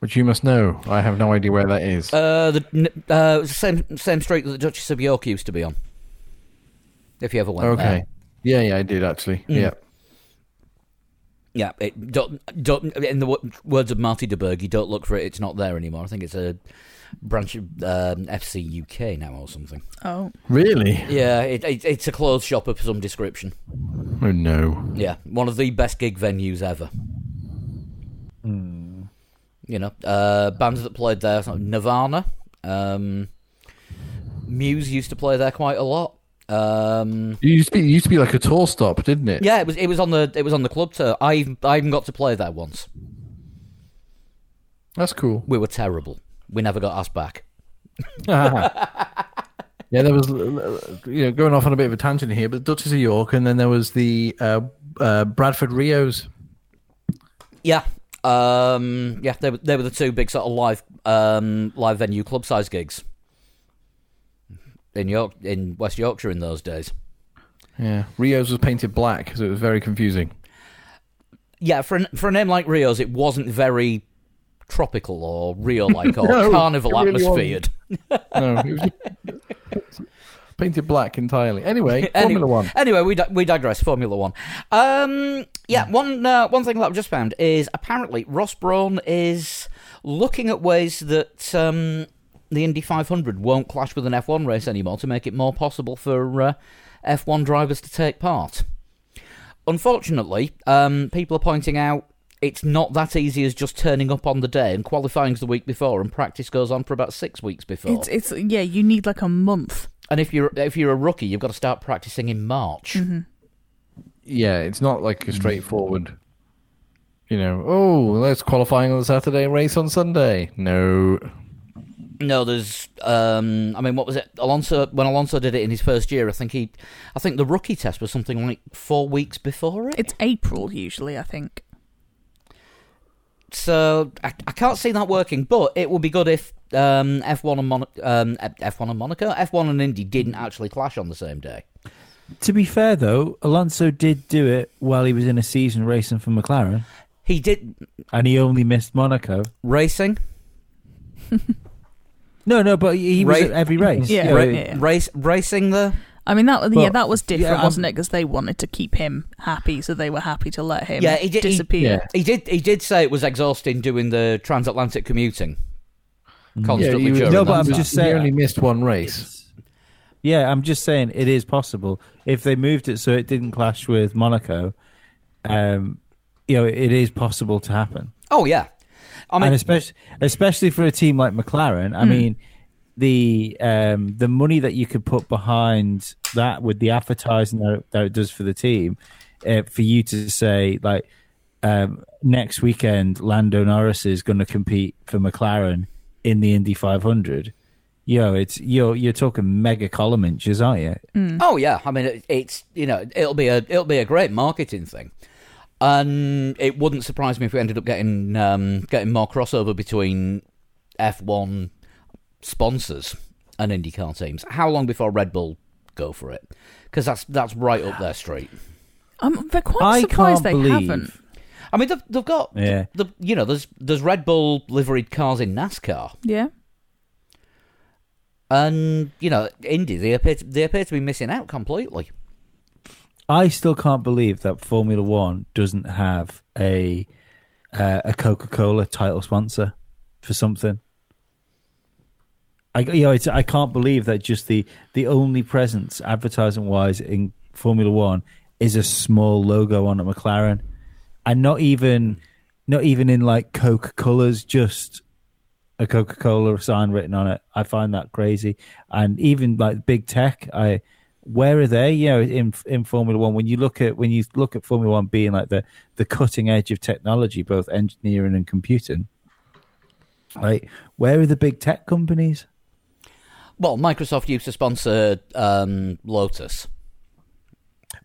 Which you must know. I have no idea where that is. Uh, the n- uh, it was the same same street that the Duchess of York used to be on. If you ever went okay. there, Yeah, yeah, I did actually. Yeah. yeah. It, don't, don't, in the w- words of Marty de Burgh, you don't look for it; it's not there anymore. I think it's a branch of um, FC UK now or something. Oh, Really? Yeah, it, it, it's a clothes shop of some description. Oh no. Yeah, one of the best gig venues ever. You know, uh, bands that played there, sort of Nirvana, um, Muse used to play there quite a lot. Um, It used to be it used to be like a tour stop, didn't it? yeah, it was it was on the it was on the club tour. I even, I even got to play there once. That's cool. We were terrible. We never got asked back. yeah, there was uh, you know going off on a bit of a tangent here, but Duchess of York, and then there was the uh, uh, Bradford Rios. Yeah, um, yeah, they were they were the two big sort of live um, live venue club size gigs in York in West Yorkshire in those days. Yeah, Rios was painted black, so it was very confusing. yeah, for an, for a name like Rio's, it wasn't very tropical or real like or No, carnival it really wasn't. atmosphered. No, it was painted black entirely. Anyway, Any- Formula One. Anyway, we di- we digress. Formula One. Um, Hmm. yeah, one uh, one thing that I've just found is apparently Ross Brawn is looking at ways that um, the Indy 500 won't clash with an F1 race anymore to make it more possible for uh, F1 drivers to take part. Unfortunately, um, people are pointing out it's not that easy as just turning up on the day and qualifying's the week before and practice goes on for about six weeks before. it's it's yeah. You need like a month. and if you're if you're a rookie, you've got to start practicing in March. Mm-hmm. Yeah, it's not like a straightforward. You know, oh, let's qualifying on Saturday, race on Sunday. No, No, there's. Um, I mean, what was it? Alonso when Alonso did it in his first year, I think he, I think the rookie test was something like four weeks before it. It's April usually, I think. So I, I can't see that working, but it would be good if um, F1 and Mon- um, F- F1 and Monaco, F1 and Indy didn't actually clash on the same day. To be fair, though, Alonso did do it while he was in a season racing for McLaren, He did and he only missed Monaco. racing, No, no, but he he was Ra- at every race. Yeah, ra- yeah, yeah. race, racing the I mean, that was yeah, Well, that was different, yeah, um, wasn't it? Because they wanted to keep him happy, so they were happy to let him Yeah, he did- he- disappear. He did. He did say it was exhausting doing the transatlantic commuting Mm. constantly. you- during No, but that I'm time. just saying- You only missed one race. Yeah, I'm just saying it is possible if they moved it so it didn't clash with Monaco. Um, you know, it is possible to happen, Oh yeah, I mean, Hmm. and especially especially for a team like McLaren. I mean, the um, the money that you could put behind that with the advertising that it, that it does for the team, uh, for you to say like um, next weekend Lando Norris is going to compete for McLaren in the Indy 500. Yo, it's you're you're talking mega column inches, aren't you? Oh yeah, I mean it, it's you know it'll be a it'll be a great marketing thing, and it wouldn't surprise me if we ended up getting um, getting more crossover between F one sponsors and IndyCar teams. How long before Red Bull go for it? Because that's that's right up their street. I'm they're quite I surprised can't they believe- haven't. I mean they've, they've got Yeah. the you know there's there's Red Bull liveried cars in NASCAR, Yeah, and you know Indy they appear to, they appear to be missing out completely. I still can't believe that Formula One doesn't have a uh, a Coca Cola title sponsor for something. I you know, it's, I can't believe that just the the only presence advertising wise in Formula One is a small logo on a McLaren, and not even not even in like Coke colours, just a Coca Cola sign written on it. I find that crazy. And even like big tech, I where are they? You know, in in Formula One, when you look at when you look at Formula One being like the the cutting edge of technology, both engineering and computing. Like, where are the big tech companies? Well, Microsoft used to sponsor um, Lotus.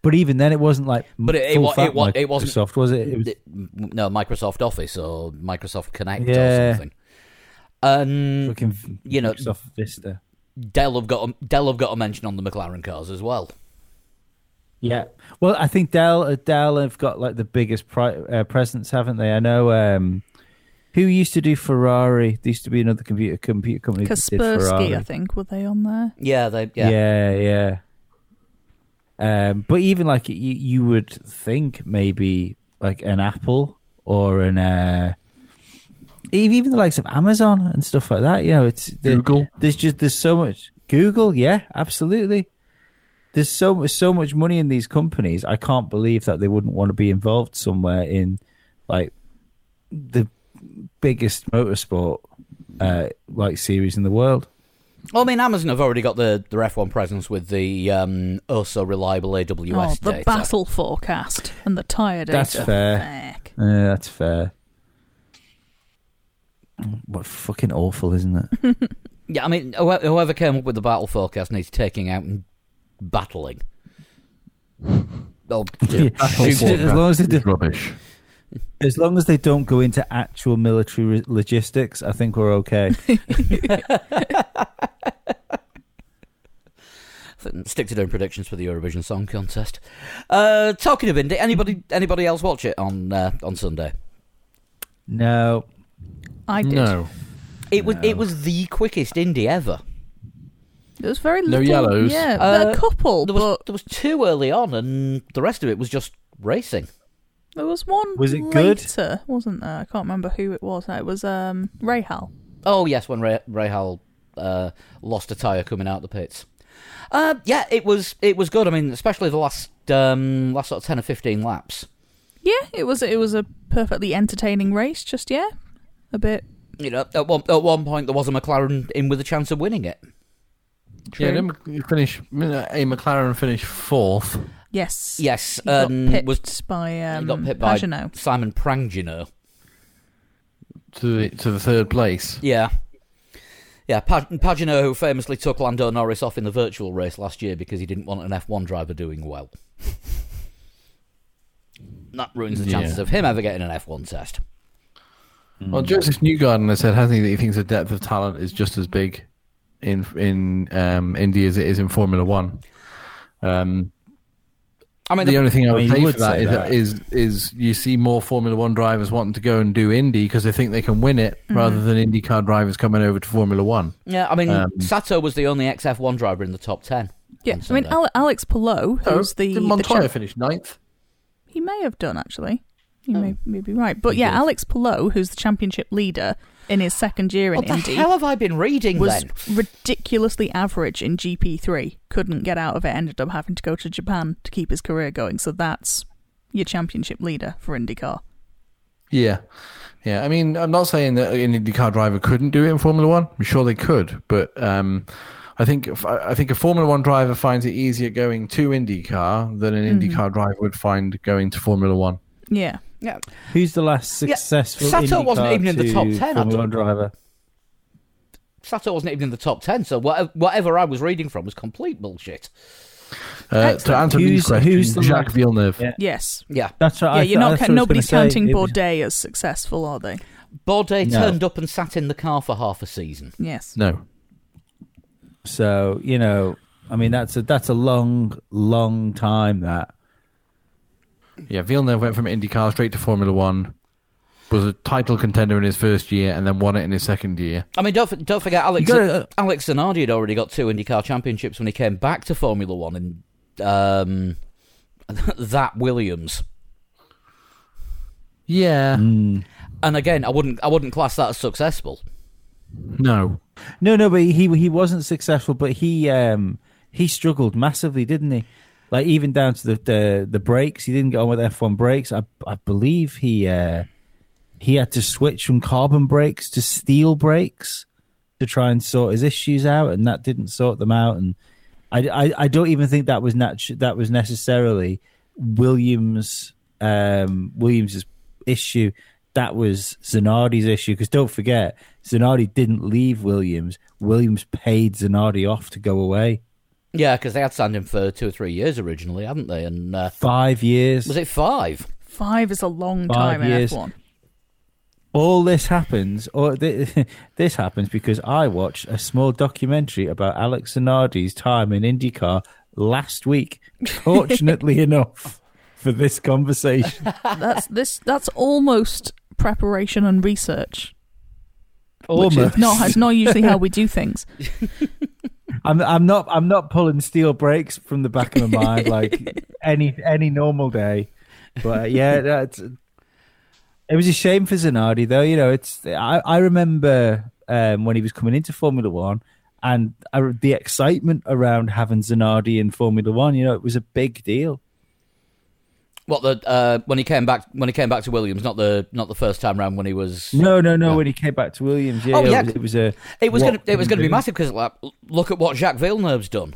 But even then, it wasn't like But it- it full wa- fat it wa- it wasn't- Microsoft, was it? It was the- no Microsoft Office or Microsoft Connect or Yeah. something. Um, fucking you know- Microsoft Vista. Dell have got a, Dell have got a mention on the McLaren cars as well. Yeah. Well, I think Dell uh, Dell have got like the biggest pri- uh, presence, haven't they? I know um, who used to do Ferrari. There used to be another computer computer company that did Ferrari. Kaspersky, I think, were they on there? Yeah, they yeah. yeah, yeah. Um, but even like you, you would think maybe like an Apple or an uh, ev- even the likes of Amazon and stuff like that. You know, it's the- Google. There's just there's so much Google. Yeah, absolutely. There's so much so much money in these companies. I can't believe that they wouldn't want to be involved somewhere in like the biggest motorsport uh, like series in the world. Well, I mean, Amazon have already got the their F1 presence with the um, oh so reliable Oh, AWS the data. battle forecast and the tire data. That's fair. Heck. Yeah, that's fair. What fucking awful, isn't it? Yeah, I mean, whoe- whoever came up with the battle forecast needs taking out and battling. Oh, yeah. as, forecast long as, they It's do, rubbish. as long as they don't go into actual military re- logistics, I think we're okay. Stick to doing predictions for the Eurovision Song Contest. Uh, talking of Indy, anybody anybody else watch it on uh, on Sunday? no, I did. No, It was it No. was the quickest indie ever. It was very little. No yellows. Yeah, Uh, a couple, There was but there was two early on, and the rest of it was just racing. there was one. Was it good? later, Wasn't there? I can't remember who it was. No, it was um Rahal. Oh yes, when Ray, Rahal uh, lost a tire coming out the pits. Uh, yeah, it was it was good. I mean, especially the last um, last sort of ten or fifteen laps. Yeah, it was. It was a perfectly entertaining race. Just yeah, a bit. You know, at one at one point there was a McLaren in with a chance of winning it. yeah, then Mc- finish a McLaren finished fourth. Yes. Yes, He got um, pipped was by um, he got pipped by Pagenaud. Simon Prangino. to the, to the third place. Yeah. Yeah, Pag- Pagano, who famously took Lando Norris off in the virtual race last year because he didn't want an F1 driver doing well. that ruins the chances Yeah. of him ever getting an F1 test. Well, Joseph Newgarden has said, hasn't he, that he thinks the depth of talent is just as big in in um, India as it is in Formula One. Um, I mean, the the- only thing I I would mean, say you for would that say is, that. is is you see more Formula One drivers wanting to go and do Indy because they think they can win it, rather than IndyCar drivers coming over to Formula One. yeah, I mean, um, Sato was the only ex F1 driver in the top 10. on Yeah, I mean Sunday. Ale- Alex Pillow, Oh, who's the, Did the Montoya chap- finish ninth? he may have done actually. You Oh. may, may be right, but He yeah, did. Alex Pillow, who's the championship leader in his second year in What the Indy, hell have I been reading was then? ridiculously average in GP three. Couldn't get out of it. Ended up having to go to Japan to keep his career going. So that's your championship leader for IndyCar. Yeah. Yeah, I mean, I'm not saying that an IndyCar driver couldn't do it in Formula One. I'm sure they could, but um, I think if- I think a Formula One driver finds it easier going to IndyCar than Hmm. an Mhm. IndyCar driver would find going to Formula One. Yeah, Who's the last Yeah, successful? Sato wasn't IndyCar even in the to top 10, I Formula don't- One driver. Sato wasn't even in the top ten, so whatever, whatever I was reading from was complete bullshit. Uh, to Excellent. answer Who's- these questions, who's the Jacques most- Villeneuve. Yeah. yes, Yeah, That's right. yeah. I You're thought- not. that's ca- what I was nobody's gonna say. counting It was- Bourdais as successful, are they? Bordet No. turned up and sat in the car for half a season. Yes. No, So you know, I mean, that's a that's a long, long time. That yeah, Villeneuve went from IndyCar straight to Formula One. Was a title contender in his first year, and then won it in his second year. Hmm. I mean, don't f- don't forget Alex You gotta- uh, Alex Zanardi had already got two IndyCar championships when he came back to Formula One in um, that Williams. Yeah, And again, I wouldn't I wouldn't class that as successful. no, no, no, but he he wasn't successful, but he um he struggled massively, didn't he? Like even down to the the, the brakes, he didn't get on with F one brakes. I I believe he uh he had to switch from carbon brakes to steel brakes to try and sort his issues out, and that didn't sort them out. And I I, I don't even think that was natu- that was necessarily Williams um Williams's issue. That was Zanardi's issue because don't forget Zanardi didn't leave Williams. Williams paid Zanardi off to go away Yeah, because they had signed him for two or three years originally, hadn't they? And uh, five years. was it five? Five is a long Five time in years. F1. all this happens, or th- this happens because I watched a small documentary about Alex Zanardi's time in IndyCar last week. Fortunately enough for this conversation, That's this. That's almost preparation and research. almost. No, it's not usually how we do things. I'm, I'm not. I'm not pulling steel brakes from the back of my mind like any any normal day. But uh, yeah, that's. It was a shame for Zanardi, though. You know, it's. I I remember um, when he was coming into Formula One, and I, the excitement around having Zanardi in Formula One. You know, it was a big deal. What the uh, when he came back when he came back to Williams, not the not the first time round when he was. No, no, no. When he came back to Williams, yeah, Oh, yeah. It, was, it was a. It was what gonna it was can gonna you be do? massive because like, look at what Jacques Villeneuve's done.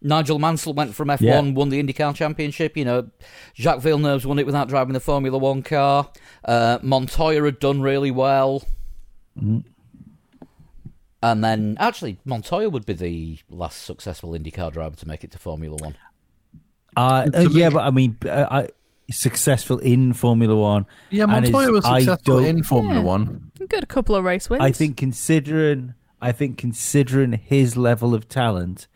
Nigel Mansell went from F1, Yeah. won the IndyCar Championship. You know, Jacques Villeneuve's won it without driving the Formula One car. Uh, Montoya had done really well, Mm. and then actually Montoya would be the last successful IndyCar driver to make it to Formula One. Uh, uh, yeah, but I mean, uh, I, successful in Formula One. yeah. and Montoya is- was I successful don't- in Formula Yeah. One. Good a couple of race wins. I think considering I think considering his level of talent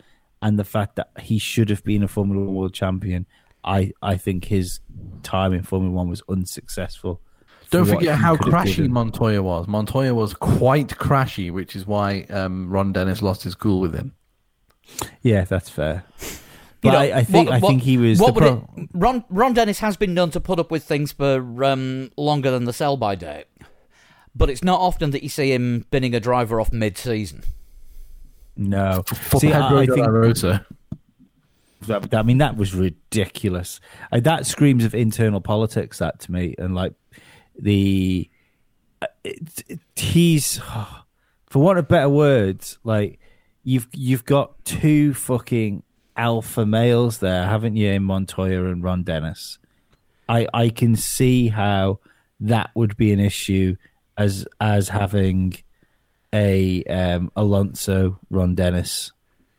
and the fact that he should have been a Formula One world champion, I, I think his time in Formula One was unsuccessful. for Don't what forget he how could have crashy given. Montoya was. Montoya was quite crashy, which is why um, Ron Dennis lost his cool with him. Yeah, that's fair. You But know, I, I think what- I what- think he was. What the would pro- it, Ron Ron Dennis has been known to put up with things for um, longer than the sell by date, but it's not often that you see him binning a driver off mid season. No, For see, I, Pedro I de la think Rosa. that, I mean that was ridiculous. Uh, that screams of internal politics. That to me, and like the uh, it, it- he's for want of better words, like you've you've got two fucking alpha males there, haven't you, in Montoya and Ron Dennis? I I can see how that would be an issue as as having a um, Alonso Ron Dennis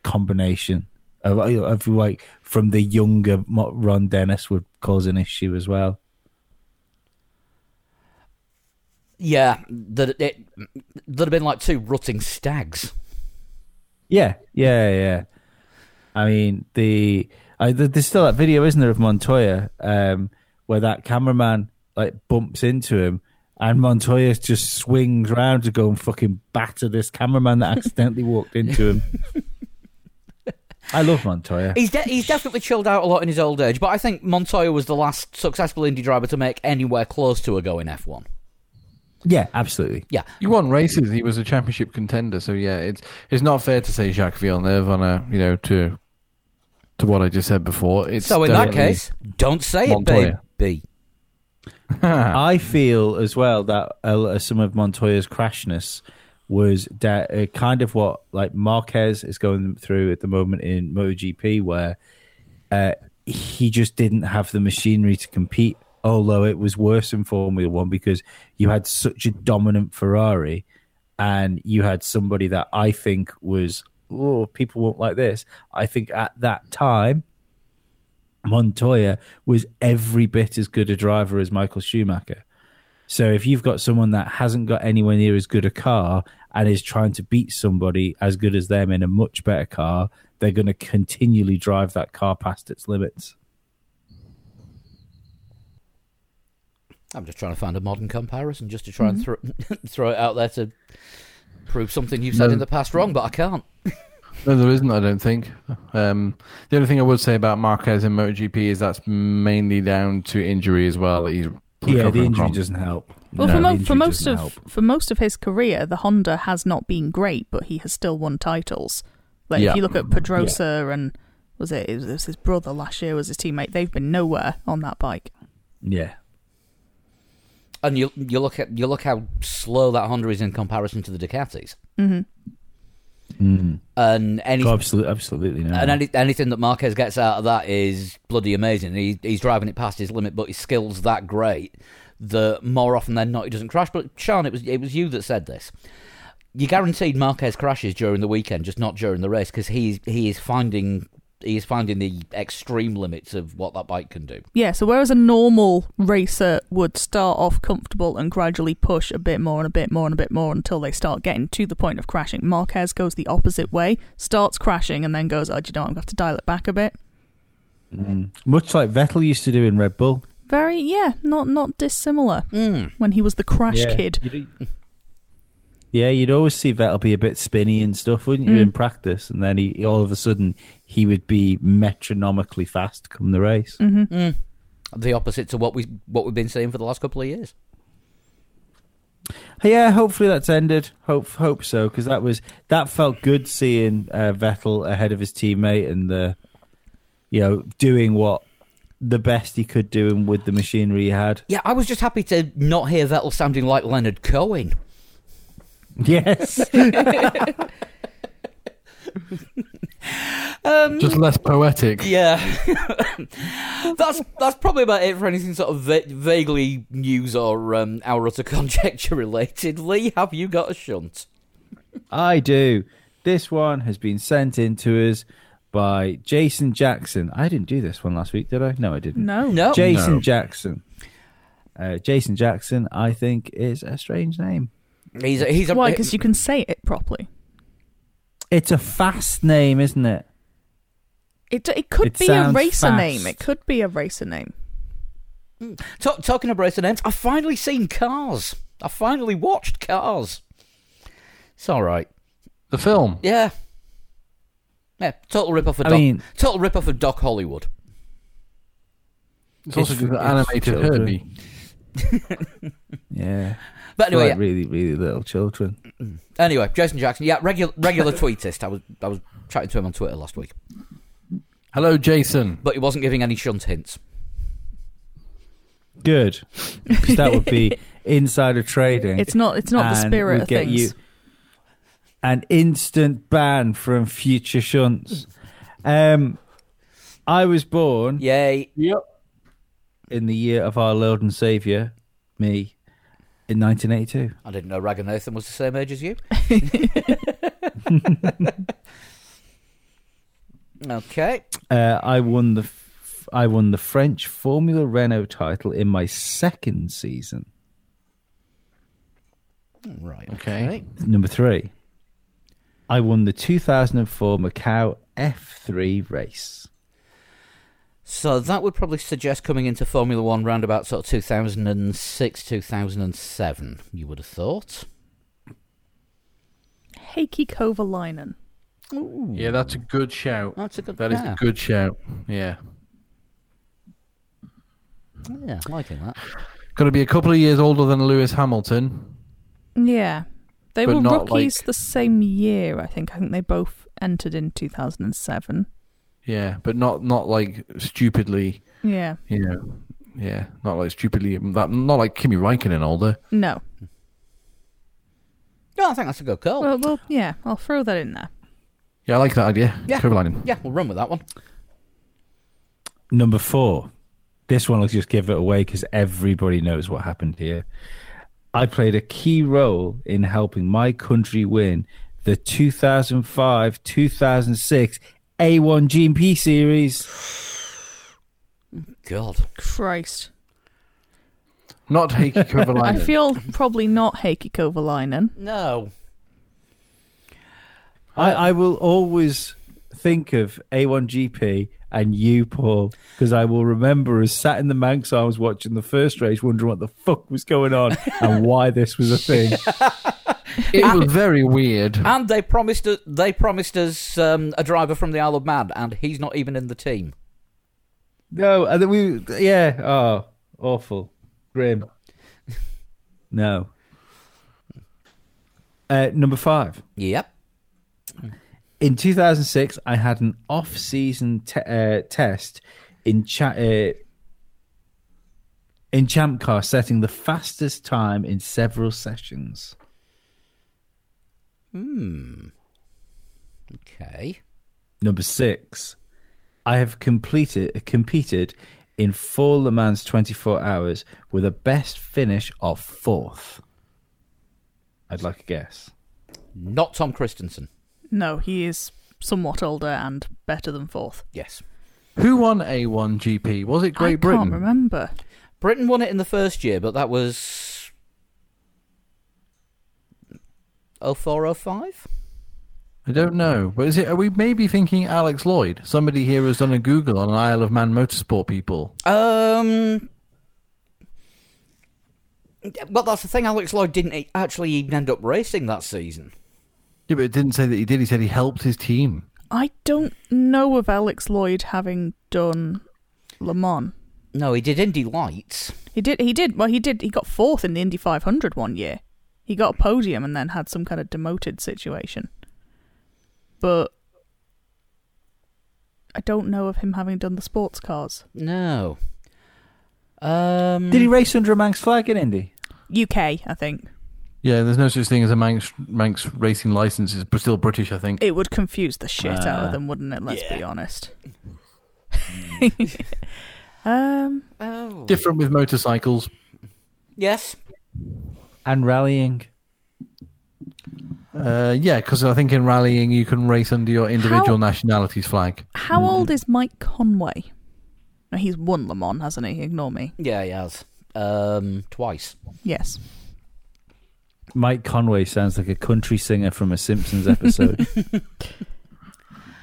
combination of, of like from the younger Mo- Ron Dennis would cause an issue as well. Yeah, that it that'd have been like two rutting stags. Yeah, yeah, yeah. I mean, the I, th- there's still that video, isn't there, of Montoya um, where that cameraman like bumps into him, and Montoya just swings round to go and fucking batter this cameraman that accidentally walked into him. I love Montoya. He's de- he's definitely chilled out a lot in his old age, but I think Montoya was the last successful Indy driver to make anywhere close to a go in F1. Yeah, absolutely. Yeah, He won races. He was a championship contender. So yeah, it's it's not fair to say Jacques Villeneuve on a you know to to what I just said before. It's so in that definitely- case, don't say Montoya. it, baby. I feel as well that uh, some of Montoya's crashness was da- uh, kind of what like Marquez is going through at the moment in MotoGP, where uh, he just didn't have the machinery to compete. Although it was worse in Formula One because you had such a dominant Ferrari, and you had somebody that I think was oh people won't like this. I think at that time Montoya was every bit as good a driver as Michael Schumacher. So if you've got someone that hasn't got anywhere near as good a car and is trying to beat somebody as good as them in a much better car, they're going to continually drive that car past its limits. I'm just trying to find a modern comparison just to try and throw throw it out there to prove something you've said No. in the past wrong, but I can't. No, there isn't. I don't think. Um, the only thing I would say about Marquez in MotoGP is that's mainly down to injury as well. That he's Yeah, the recovering injury from. doesn't help. Well, No, for, the mo- injury for most doesn't of help. for most of his career, the Honda has not been great, but he has still won titles. Like Yeah. if you look at Pedrosa and was it, it was it was his brother last year was his teammate. They've been nowhere on that bike. yeah, And you you look at you look how slow that Honda is in comparison to the Ducatis, hmm and any Oh, absolutely, Mm. absolutely no. and any, anything that Marquez gets out of that is bloody amazing. He, he's driving it past his limit, but his skills that great that more often than not he doesn't crash. But Sean, it was it was you that said this. You guaranteed Marquez crashes during the weekend, just not during the race, because he's he is finding he is finding the extreme limits of what that bike can do. Yeah. So whereas a normal racer would start off comfortable and gradually push a bit more and a bit more and a bit more until they start getting to the point of crashing, Marquez goes the opposite way, starts crashing, and then goes, "Oh, do you know, what? I'm going to have to dial it back a bit." much like Vettel used to do in Red Bull. Very, yeah, not not dissimilar Mm. when he was the crash yeah. kid. You'd, yeah, you'd always see Vettel be a bit spinny and stuff, wouldn't you, Mm. in practice? And then he all of a sudden he would be metronomically fast come the race. Mm-hmm. The opposite to what we what we've been seeing for the last couple of years. Yeah, hopefully that's ended. Hope hope so because that was that felt good seeing uh, Vettel ahead of his teammate and the you know doing what the best he could do and with the machinery he had. Yeah, I was just happy to not hear Vettel sounding like Leonard Cohen. Yes. Just less poetic. Yeah, that's that's probably about it for anything sort of va- vaguely news or um, our utter conjecture related. Lee, have you got a shunt? I do. This one has been sent in to us by Jason Jackson. I didn't do this one last week, did I? No, I didn't. No. No, Jason No. Jackson. Uh, Jason Jackson, I think, is a strange name. he's a, he's a, Why? Because you can say it properly. It's a fast name, isn't it? It it could It be a sounds racer fast. name. It could be a racer name. Ta- talking about racer names. I've finally seen Cars. I finally watched Cars. It's all right. The film. Yeah, yeah. Total rip off of I Doc. mean- total rip off of Doc Hollywood. It's also It's- just an it's animated children. Herbie. Yeah. But anyway, like yeah. really, really little children. anyway, Jason Jackson. Yeah, regular regular tweetist. I was I was chatting to him on Twitter last week, Hello, Jason. but he wasn't giving any shunt hints. Good. 'Cause that would be insider trading. It's not. It's not the and spirit would of get things. you an instant ban from future shunts. Um, I was born Yay. Yep. in the year of our Lord and Savior, me, in 1982. I didn't know Raganathan was the same age as you. okay. Uh, I won the f- I won the French Formula Renault title in my second season, Right. Okay. number three. I won the 2004 Macau F3 race. So that would probably suggest coming into Formula One round about sort of 2006, 2007, you would have thought. Heikki Kovalainen. Ooh, Yeah, that's a good shout. that's a good. That is yeah. a good shout. Yeah. Yeah, liking that. Got to be a couple of years older than Lewis Hamilton. Yeah. They But were not rookies like- the same year, I think. I think they both entered in 2007. Yeah, but not not like stupidly. Yeah. You know, yeah, not like stupidly. That not like Kimi Raikkonen older. No. No, I think that's a good call. Well, well, yeah, I'll throw that in there. Yeah, I like that idea. Yeah. Coverlining. yeah, we'll run with that one. Number four. This one will just give it away because everybody knows what happened here. I played a key role in helping my country win the 2005 2006 A1 GP series. God, Christ. Not Heikki I Coverlining. feel probably not Heikki Kovalainen. no. I, I will always think of A1 GP and you, Paul, because I will remember as sat in the Manx Arms watching the first race, wondering what the fuck was going on and why this was a thing. it was very weird. And they promised us, they promised us um, a driver from the Isle of Man, and he's not even in the team. No, and then we, yeah, oh, awful, grim. No. Uh, number five. Yep. In 2006, I had an off-season te- uh, test in cha- uh, in Champ Car, setting the fastest time in several sessions. Okay. Number six, I have completed competed in four Le Mans 24 hours with a best finish of fourth. I'd like a guess. Not Tom Christensen. No, he is somewhat older and better than fourth. Yes. Who won A1 GP? Was it Great I Britain? can't remember. Britain won it in the first year, but that was 0405? I don't know. But is it? Are we maybe thinking Alex Lloyd? Somebody here has done a Google on Isle of Man motorsport people. Um Well, that's the thing. Alex Lloyd didn't e- actually even end up racing that season. Yeah, but it didn't say that he did. He said he helped his team. I don't know of Alex Lloyd having done Le Mans. No, he did Indy Lights. He did. He did. Well, he did. He got fourth in the Indy 500 one year. He got a podium and then had some kind of demoted situation. But I don't know of him having done the sports cars. No. Um, Mm. Did he race under a Manx flag in Indy? UK, I think. Yeah, there's no such thing as a Manx, Manx racing license. It's still British, I think. It would confuse the shit out Ah. of them, wouldn't it? Let's Yeah. be honest. um. Oh. Different with motorcycles. yes. And rallying. Uh, yeah, because I think in rallying you can race under your How- individual nationality's flag. How old is Mike Conway? No, he's won Le Mans, hasn't he? Ignore me. Yeah, he has. Um, twice. Yes. Mike Conway sounds like a country singer from a Simpsons episode.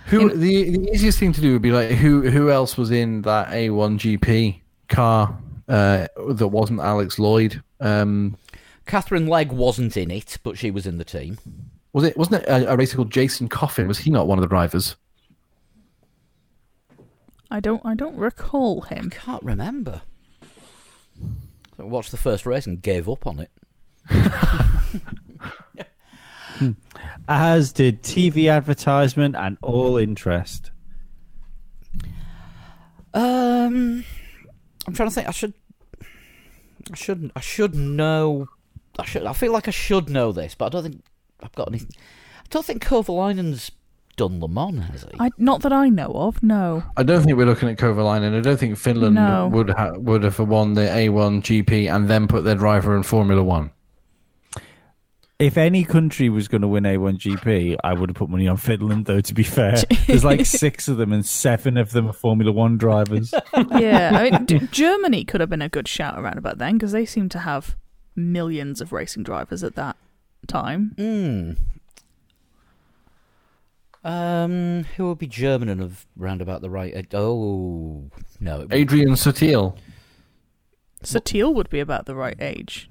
Who the, the easiest thing to do would be like who who else was in that A1 GP car uh, that wasn't Alex Lloyd? Um, Catherine Legg wasn't in it, but she was in the team. was it wasn't it a, a racer called Jason Coffin? Was he not one of the drivers? I don't. I don't recall him. Can't remember. So I watched the first race and gave up on it. As did TV advertisement and all interest. Um, I'm trying to think. I should, I should, I should know. I should. I feel like I should know this, but I don't think I've got anything. I don't think Kovalainen's done Le Mans, has he? I not that I know of. No. I don't think we're looking at Kovalainen. I don't think Finland No. would ha- would have won the A1 GP and then put their driver in Formula One. If any country was going to win A1GP, I would have put money on Finland, though, to be fair. There's like six of them, and seven of them are Formula One drivers. yeah, I mean, d- Germany could have been a good shout around about then because they seem to have millions of racing drivers at that time. Hmm. Um, who would be German and of round about the right? age? Oh no, it Adrian Sutil. Satil would be about the right age.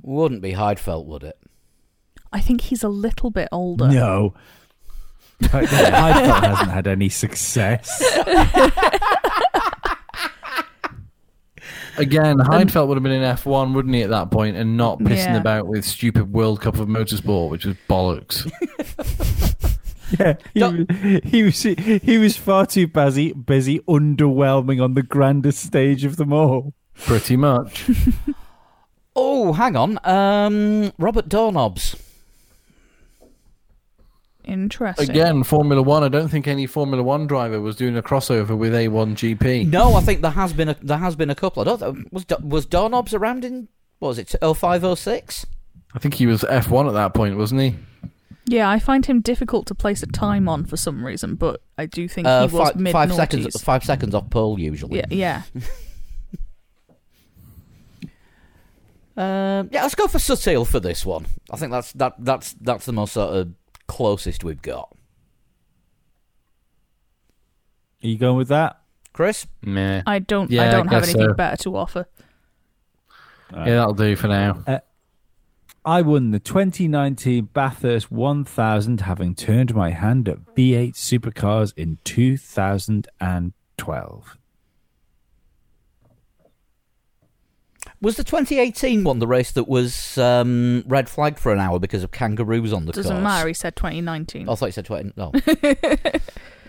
wouldn't be Heidfeld, would it? I think he's a little bit older. no. Like, iPhone hasn't had any success. Again, Heidfeld would have been in F1, wouldn't he, at that point, and not pissing Um, Yeah. about with stupid World Cup of Motorsport, which was bollocks. Yeah, he, Don't- was- he was he was far too busy busy underwhelming on the grandest stage of them all. Pretty much. Oh, hang on. Um, Robert Dornobs. Interesting. Again, Formula One. I don't think any Formula One driver was doing a crossover with A1 GP. No, I think there has been a there has been a couple. I don't th- was Do- was Dornobs around in what was it oh, 0506? I think he was F1 at that point, wasn't he? Yeah, I find him difficult to place a time on for some reason, but I do think Uh, he was five, mid five seconds five seconds off pole usually. Yeah, yeah. Um, yeah, let's go for Sutil for this one. I think that's that that's that's the most sort of closest we've got. Are you going with that? Chris, Meh. I don't. Yeah, I I don't have guess anything so. better to offer. Yeah, that'll do for now. I won the 2019 Bathurst 1000, having turned my hand at V8 supercars in 2012. was the 2018 one the race that was um, red flagged for an hour because of kangaroos on the Doesn't course? matter. He said 2019. I thought you said 20. No.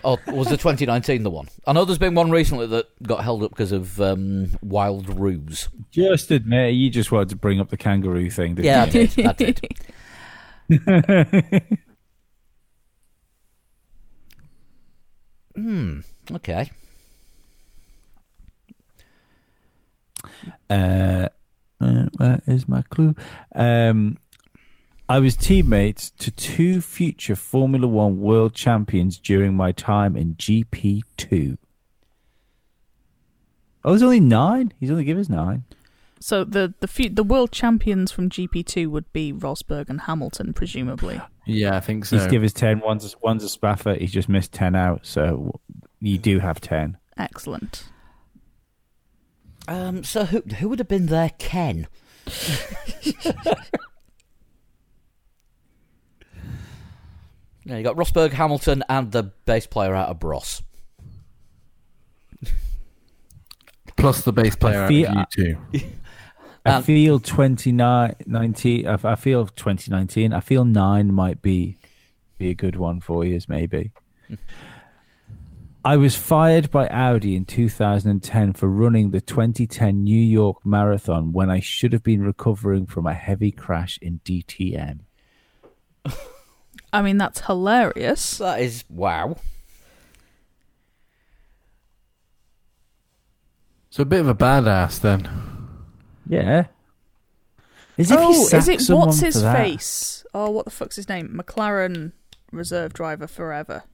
oh, was the 2019 the one? I know there's been one recently that got held up because of um, wild ruse. Just admit, you just wanted to bring up the kangaroo thing. Didn't Yeah, I you? did. I did. hmm. Okay. uh, uh, where is my clue? Um, I was teammates to two future Formula One world champions during my time in GP2. Oh, there's only nine. He's only given us nine. So the the few, the world champions from GP2 would be Rosberg and Hamilton, presumably. Yeah, I think so. He's given us ten. One's a, one's a Spaffer. He's just missed ten out. So you do have ten. Excellent. Um, so who who would have been there? Ken. yeah, you got Rosberg, Hamilton, and the bass player out of Bros. Plus the bass player out of feel- you two. I Um, feel 2019. I, I feel 2019. I feel nine might be be a good one for you, maybe. I was fired by Audi in 2010 for running the 2010 New York Marathon when I should have been recovering from a heavy crash in DTM. I mean, that's hilarious. That is wow. So a bit of a badass then. Yeah. Is Oh, is it what's his face? Oh, what the fuck's his name? McLaren reserve driver forever,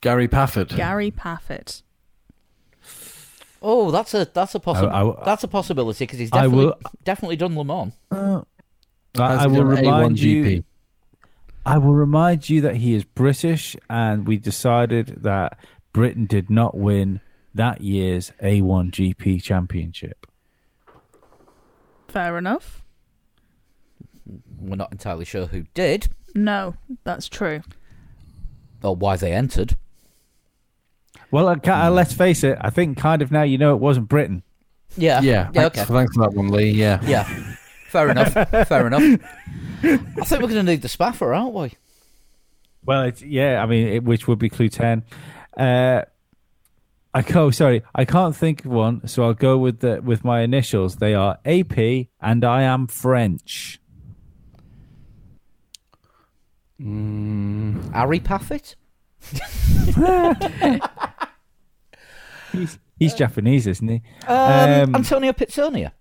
Gary Pafford. Gary Paffett. Oh, that's a that's a possi- I- I- that's a possibility because he's I definitely will- definitely done Le Mans. I, I will remind you. I will remind you that he is British, and we decided that Britain did not win that year's A1 GP Championship. Fair enough. We're not entirely sure who did No, that's true. or why they entered. Well, I ca- uh, let's face it. I think kind of now you know it wasn't Britain. Yeah, Yeah, yeah, thanks, okay, thanks for that one, Lee. Yeah. yeah. Fair enough. Fair enough. I think we're going to need the Spaffer, aren't we? Well, it's, yeah, I mean, it, which would be clue ten. Uh, I oh, sorry, I can't think of one, so I'll go with the with my initials. They are AP, and I am French. Harry Paffett. He's, he's Japanese, isn't he? Um, Um, Antonio Pizzonia.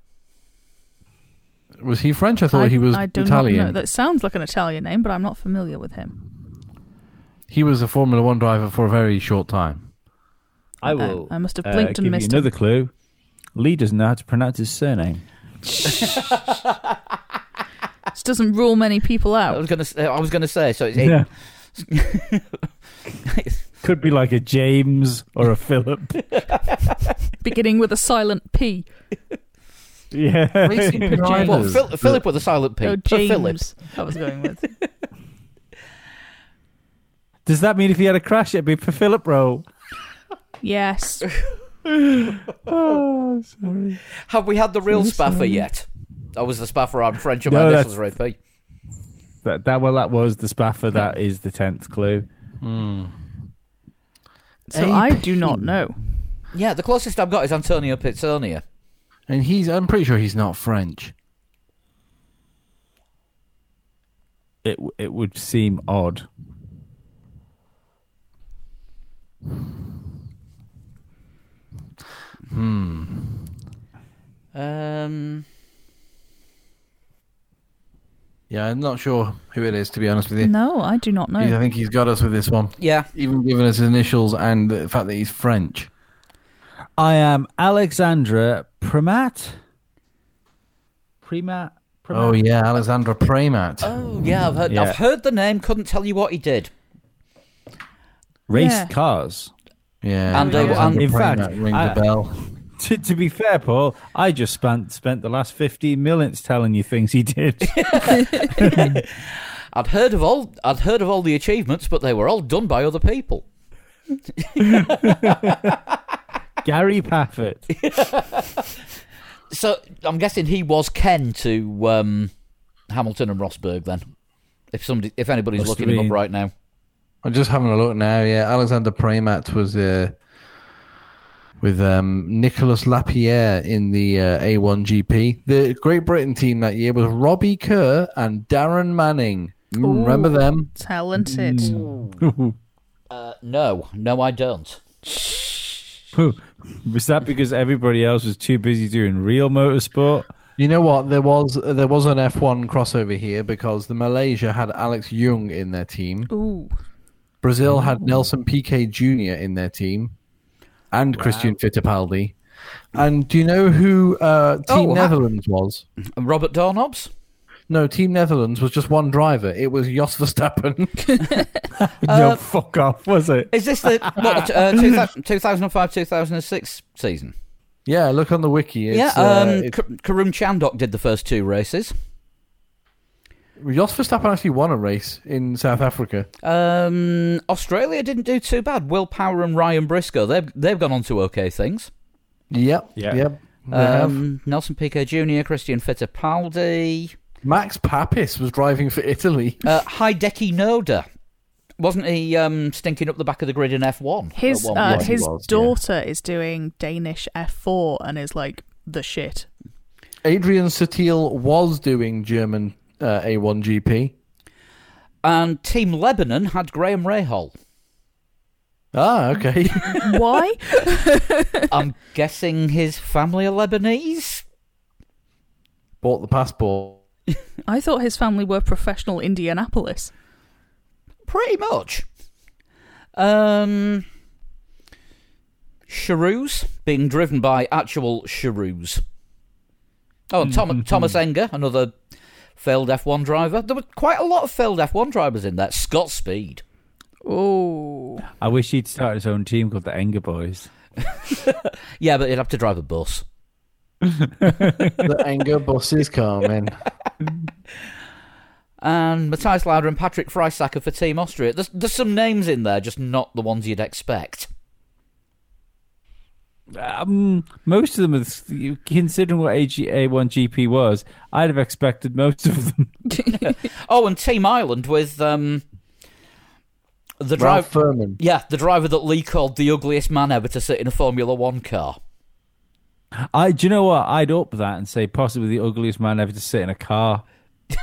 Was he French? I thought I, he was I do Italian. not know. That sounds like an Italian name, but I'm not familiar with him. He was a Formula One driver for a very short time. I Uh, will. I must have uh, blinked and give you missed another clue. Lee doesn't know how to pronounce his surname. This doesn't rule many people I out. was going to. I was going to say. So it's Yeah. Could be like a James or a Philip. Beginning with a silent P. Yeah. Racing well, drivers. Phil, Philip with a silent P. Oh, Per Philip. James. I was going with. Does that mean if he had a crash, it'd be for Philip Roll? Yes. Oh, sorry. Have we had the real Spaffer yet? That was the Spaffer I'm French and my No, initials are AP. That, that well, that was the Spaffer. That is the tenth clue. Hmm. So I do not know. Yeah, the closest I've got is Antonio Pizzonia. And he's, I'm pretty sure he's not French. It w- it would seem odd. Um, Yeah, I'm not sure who it is, to be honest with you. No, I do not I know. think he's got us with this one. yeah, Even giving us his initials and the fact that he's French. I am Alexandra Primat. Primat. Primat? Oh, yeah, Alexandra Premat. Oh yeah, I've heard. Yeah. I've heard the name. Couldn't tell you what he did. Race Yeah. cars. yeah, And they- Alexandra and- In fact, Premat, ring I- the bell. To, to be fair, Paul, I just spent spent the last fifteen minutes telling you things he did. I'd heard of all. I'd heard of all the achievements, but they were all done by other people. Gary Paffett. So I'm guessing he was Ken to um, Hamilton and Rosberg. Then, if somebody, if anybody's Must have looking him been. up right now, I'm just having a look now. Yeah, Alexander Premat was uh, with um, Nicholas Lapierre in the uh, A1GP. The Great Britain team that year was Robbie Kerr and Darren Manning. Mm, Ooh. Remember them? Talented. Mm. uh, no, no, I don't. was that because everybody else was too busy doing real motorsport? You know what? There was there was an F1 crossover here because the Malaysia had Alex Young in their team. Ooh. Brazil had Nelson Piquet Jr. in their team, and Christian Fittipaldi. And do you know who uh, Team Oh, ha- Netherlands was? And Robert Dornobs. No, Team Netherlands was just one driver. It was Jos Verstappen. no, fuck off, was it? Is this the what, uh, 2000 2005 2006 season? yeah, look on the wiki. It's, yeah, uh, um, it's- Kar- Karun Chandok did the first two races. Jos Verstappen actually won a race in South Africa. Um, Australia didn't do too bad. Will Power and Ryan Briscoe they've they've gone on to okay things. Yep, Yeah. yep. They have. Um, Nelson Piquet Jr., Christian Fittipaldi, Max Pappas was driving for Italy. uh, Hideki Noda. Wasn't he um, stinking up the back of the grid in F1? His at one uh, point? his was, yeah. daughter is doing Danish F4 and is like the shit. Adrian Sutil was doing German uh, A1GP. And Team Lebanon had Graham Rahal. Ah, okay. Why? I'm guessing his family are Lebanese? Bought the passport. I thought his family were professional Indianapolis. Pretty much. Um, Charoos, being driven by actual Charoos. Oh, and Tom, Thomas Enger, another failed F1 driver. There were quite a lot of failed F1 drivers in there. Scott Speed. Oh. I wish he'd started his own team called the Enger Boys. Yeah, but he'd have to drive a bus. the anger buses Carmen. And Matthias Lauder and Patrick Freisacker for Team Austria. There's, there's some names in there, just not the ones you'd expect. Um, most of them, are, considering what AG, A1GP was, I'd have expected most of them. Oh, and Team Ireland with um, the driver. Ralph Furman. Yeah, the driver that Lee called the ugliest man ever to sit in a Formula One car. I, do you know what? I'd up that and say possibly the ugliest man ever to sit in a car.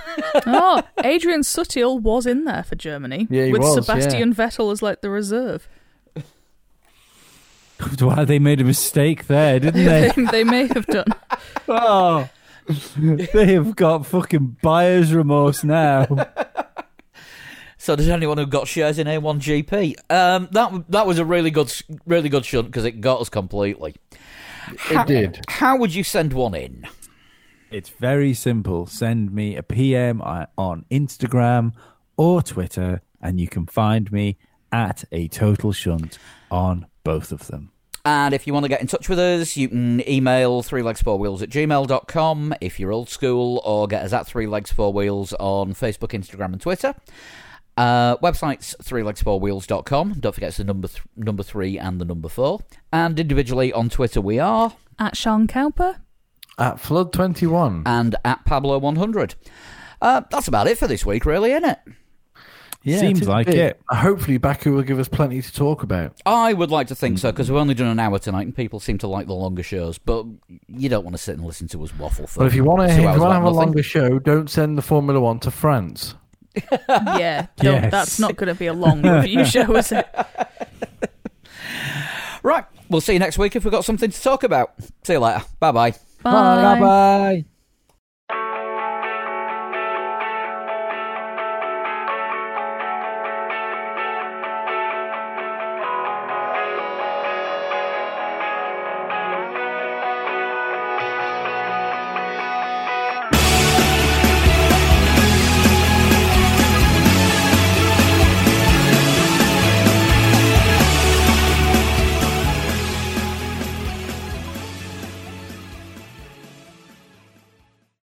oh, Adrian Sutil was in there for Germany Yeah, he with was, Sebastian Vettel as like the reserve. Wow, they made a mistake there, didn't they, they? they may have done. oh, they have got fucking buyer's remorse now. So does anyone who got shares in A1GP? Um, that that was a really good, s- really good shunt because it got us completely. It did. How would you send one in? It's very simple. Send me a PM I- on Instagram or Twitter, and you can find me at a total shunt on both of them. And if you want to get in touch with us, you can email three legs four wheels at gmail.com if you're old school, or get us at three legs four wheels on Facebook, Instagram, and Twitter. Uh, websites threelegsfourwheels.com. Don't forget it's the number th- number three and the number four. And individually on Twitter we are At Sean Cowper. At Flood 21. and at Pablo100. Uh, that's about it for this week, really, isn't it? Seems is a like bit. it. Hopefully, Baku will give us plenty to talk about. I would like to think so because we've only done an hour tonight, and people seem to like the longer shows. But you don't want to sit and listen to us waffle for. But if you want to, two if you hours want to about have a nothing. longer show, don't send the Formula One to France. Yeah, don't- Yes. that's not going to be a long review show, is it? right, we'll see you next week if we've got something to talk about. See you later. Bye bye. Bye. bye.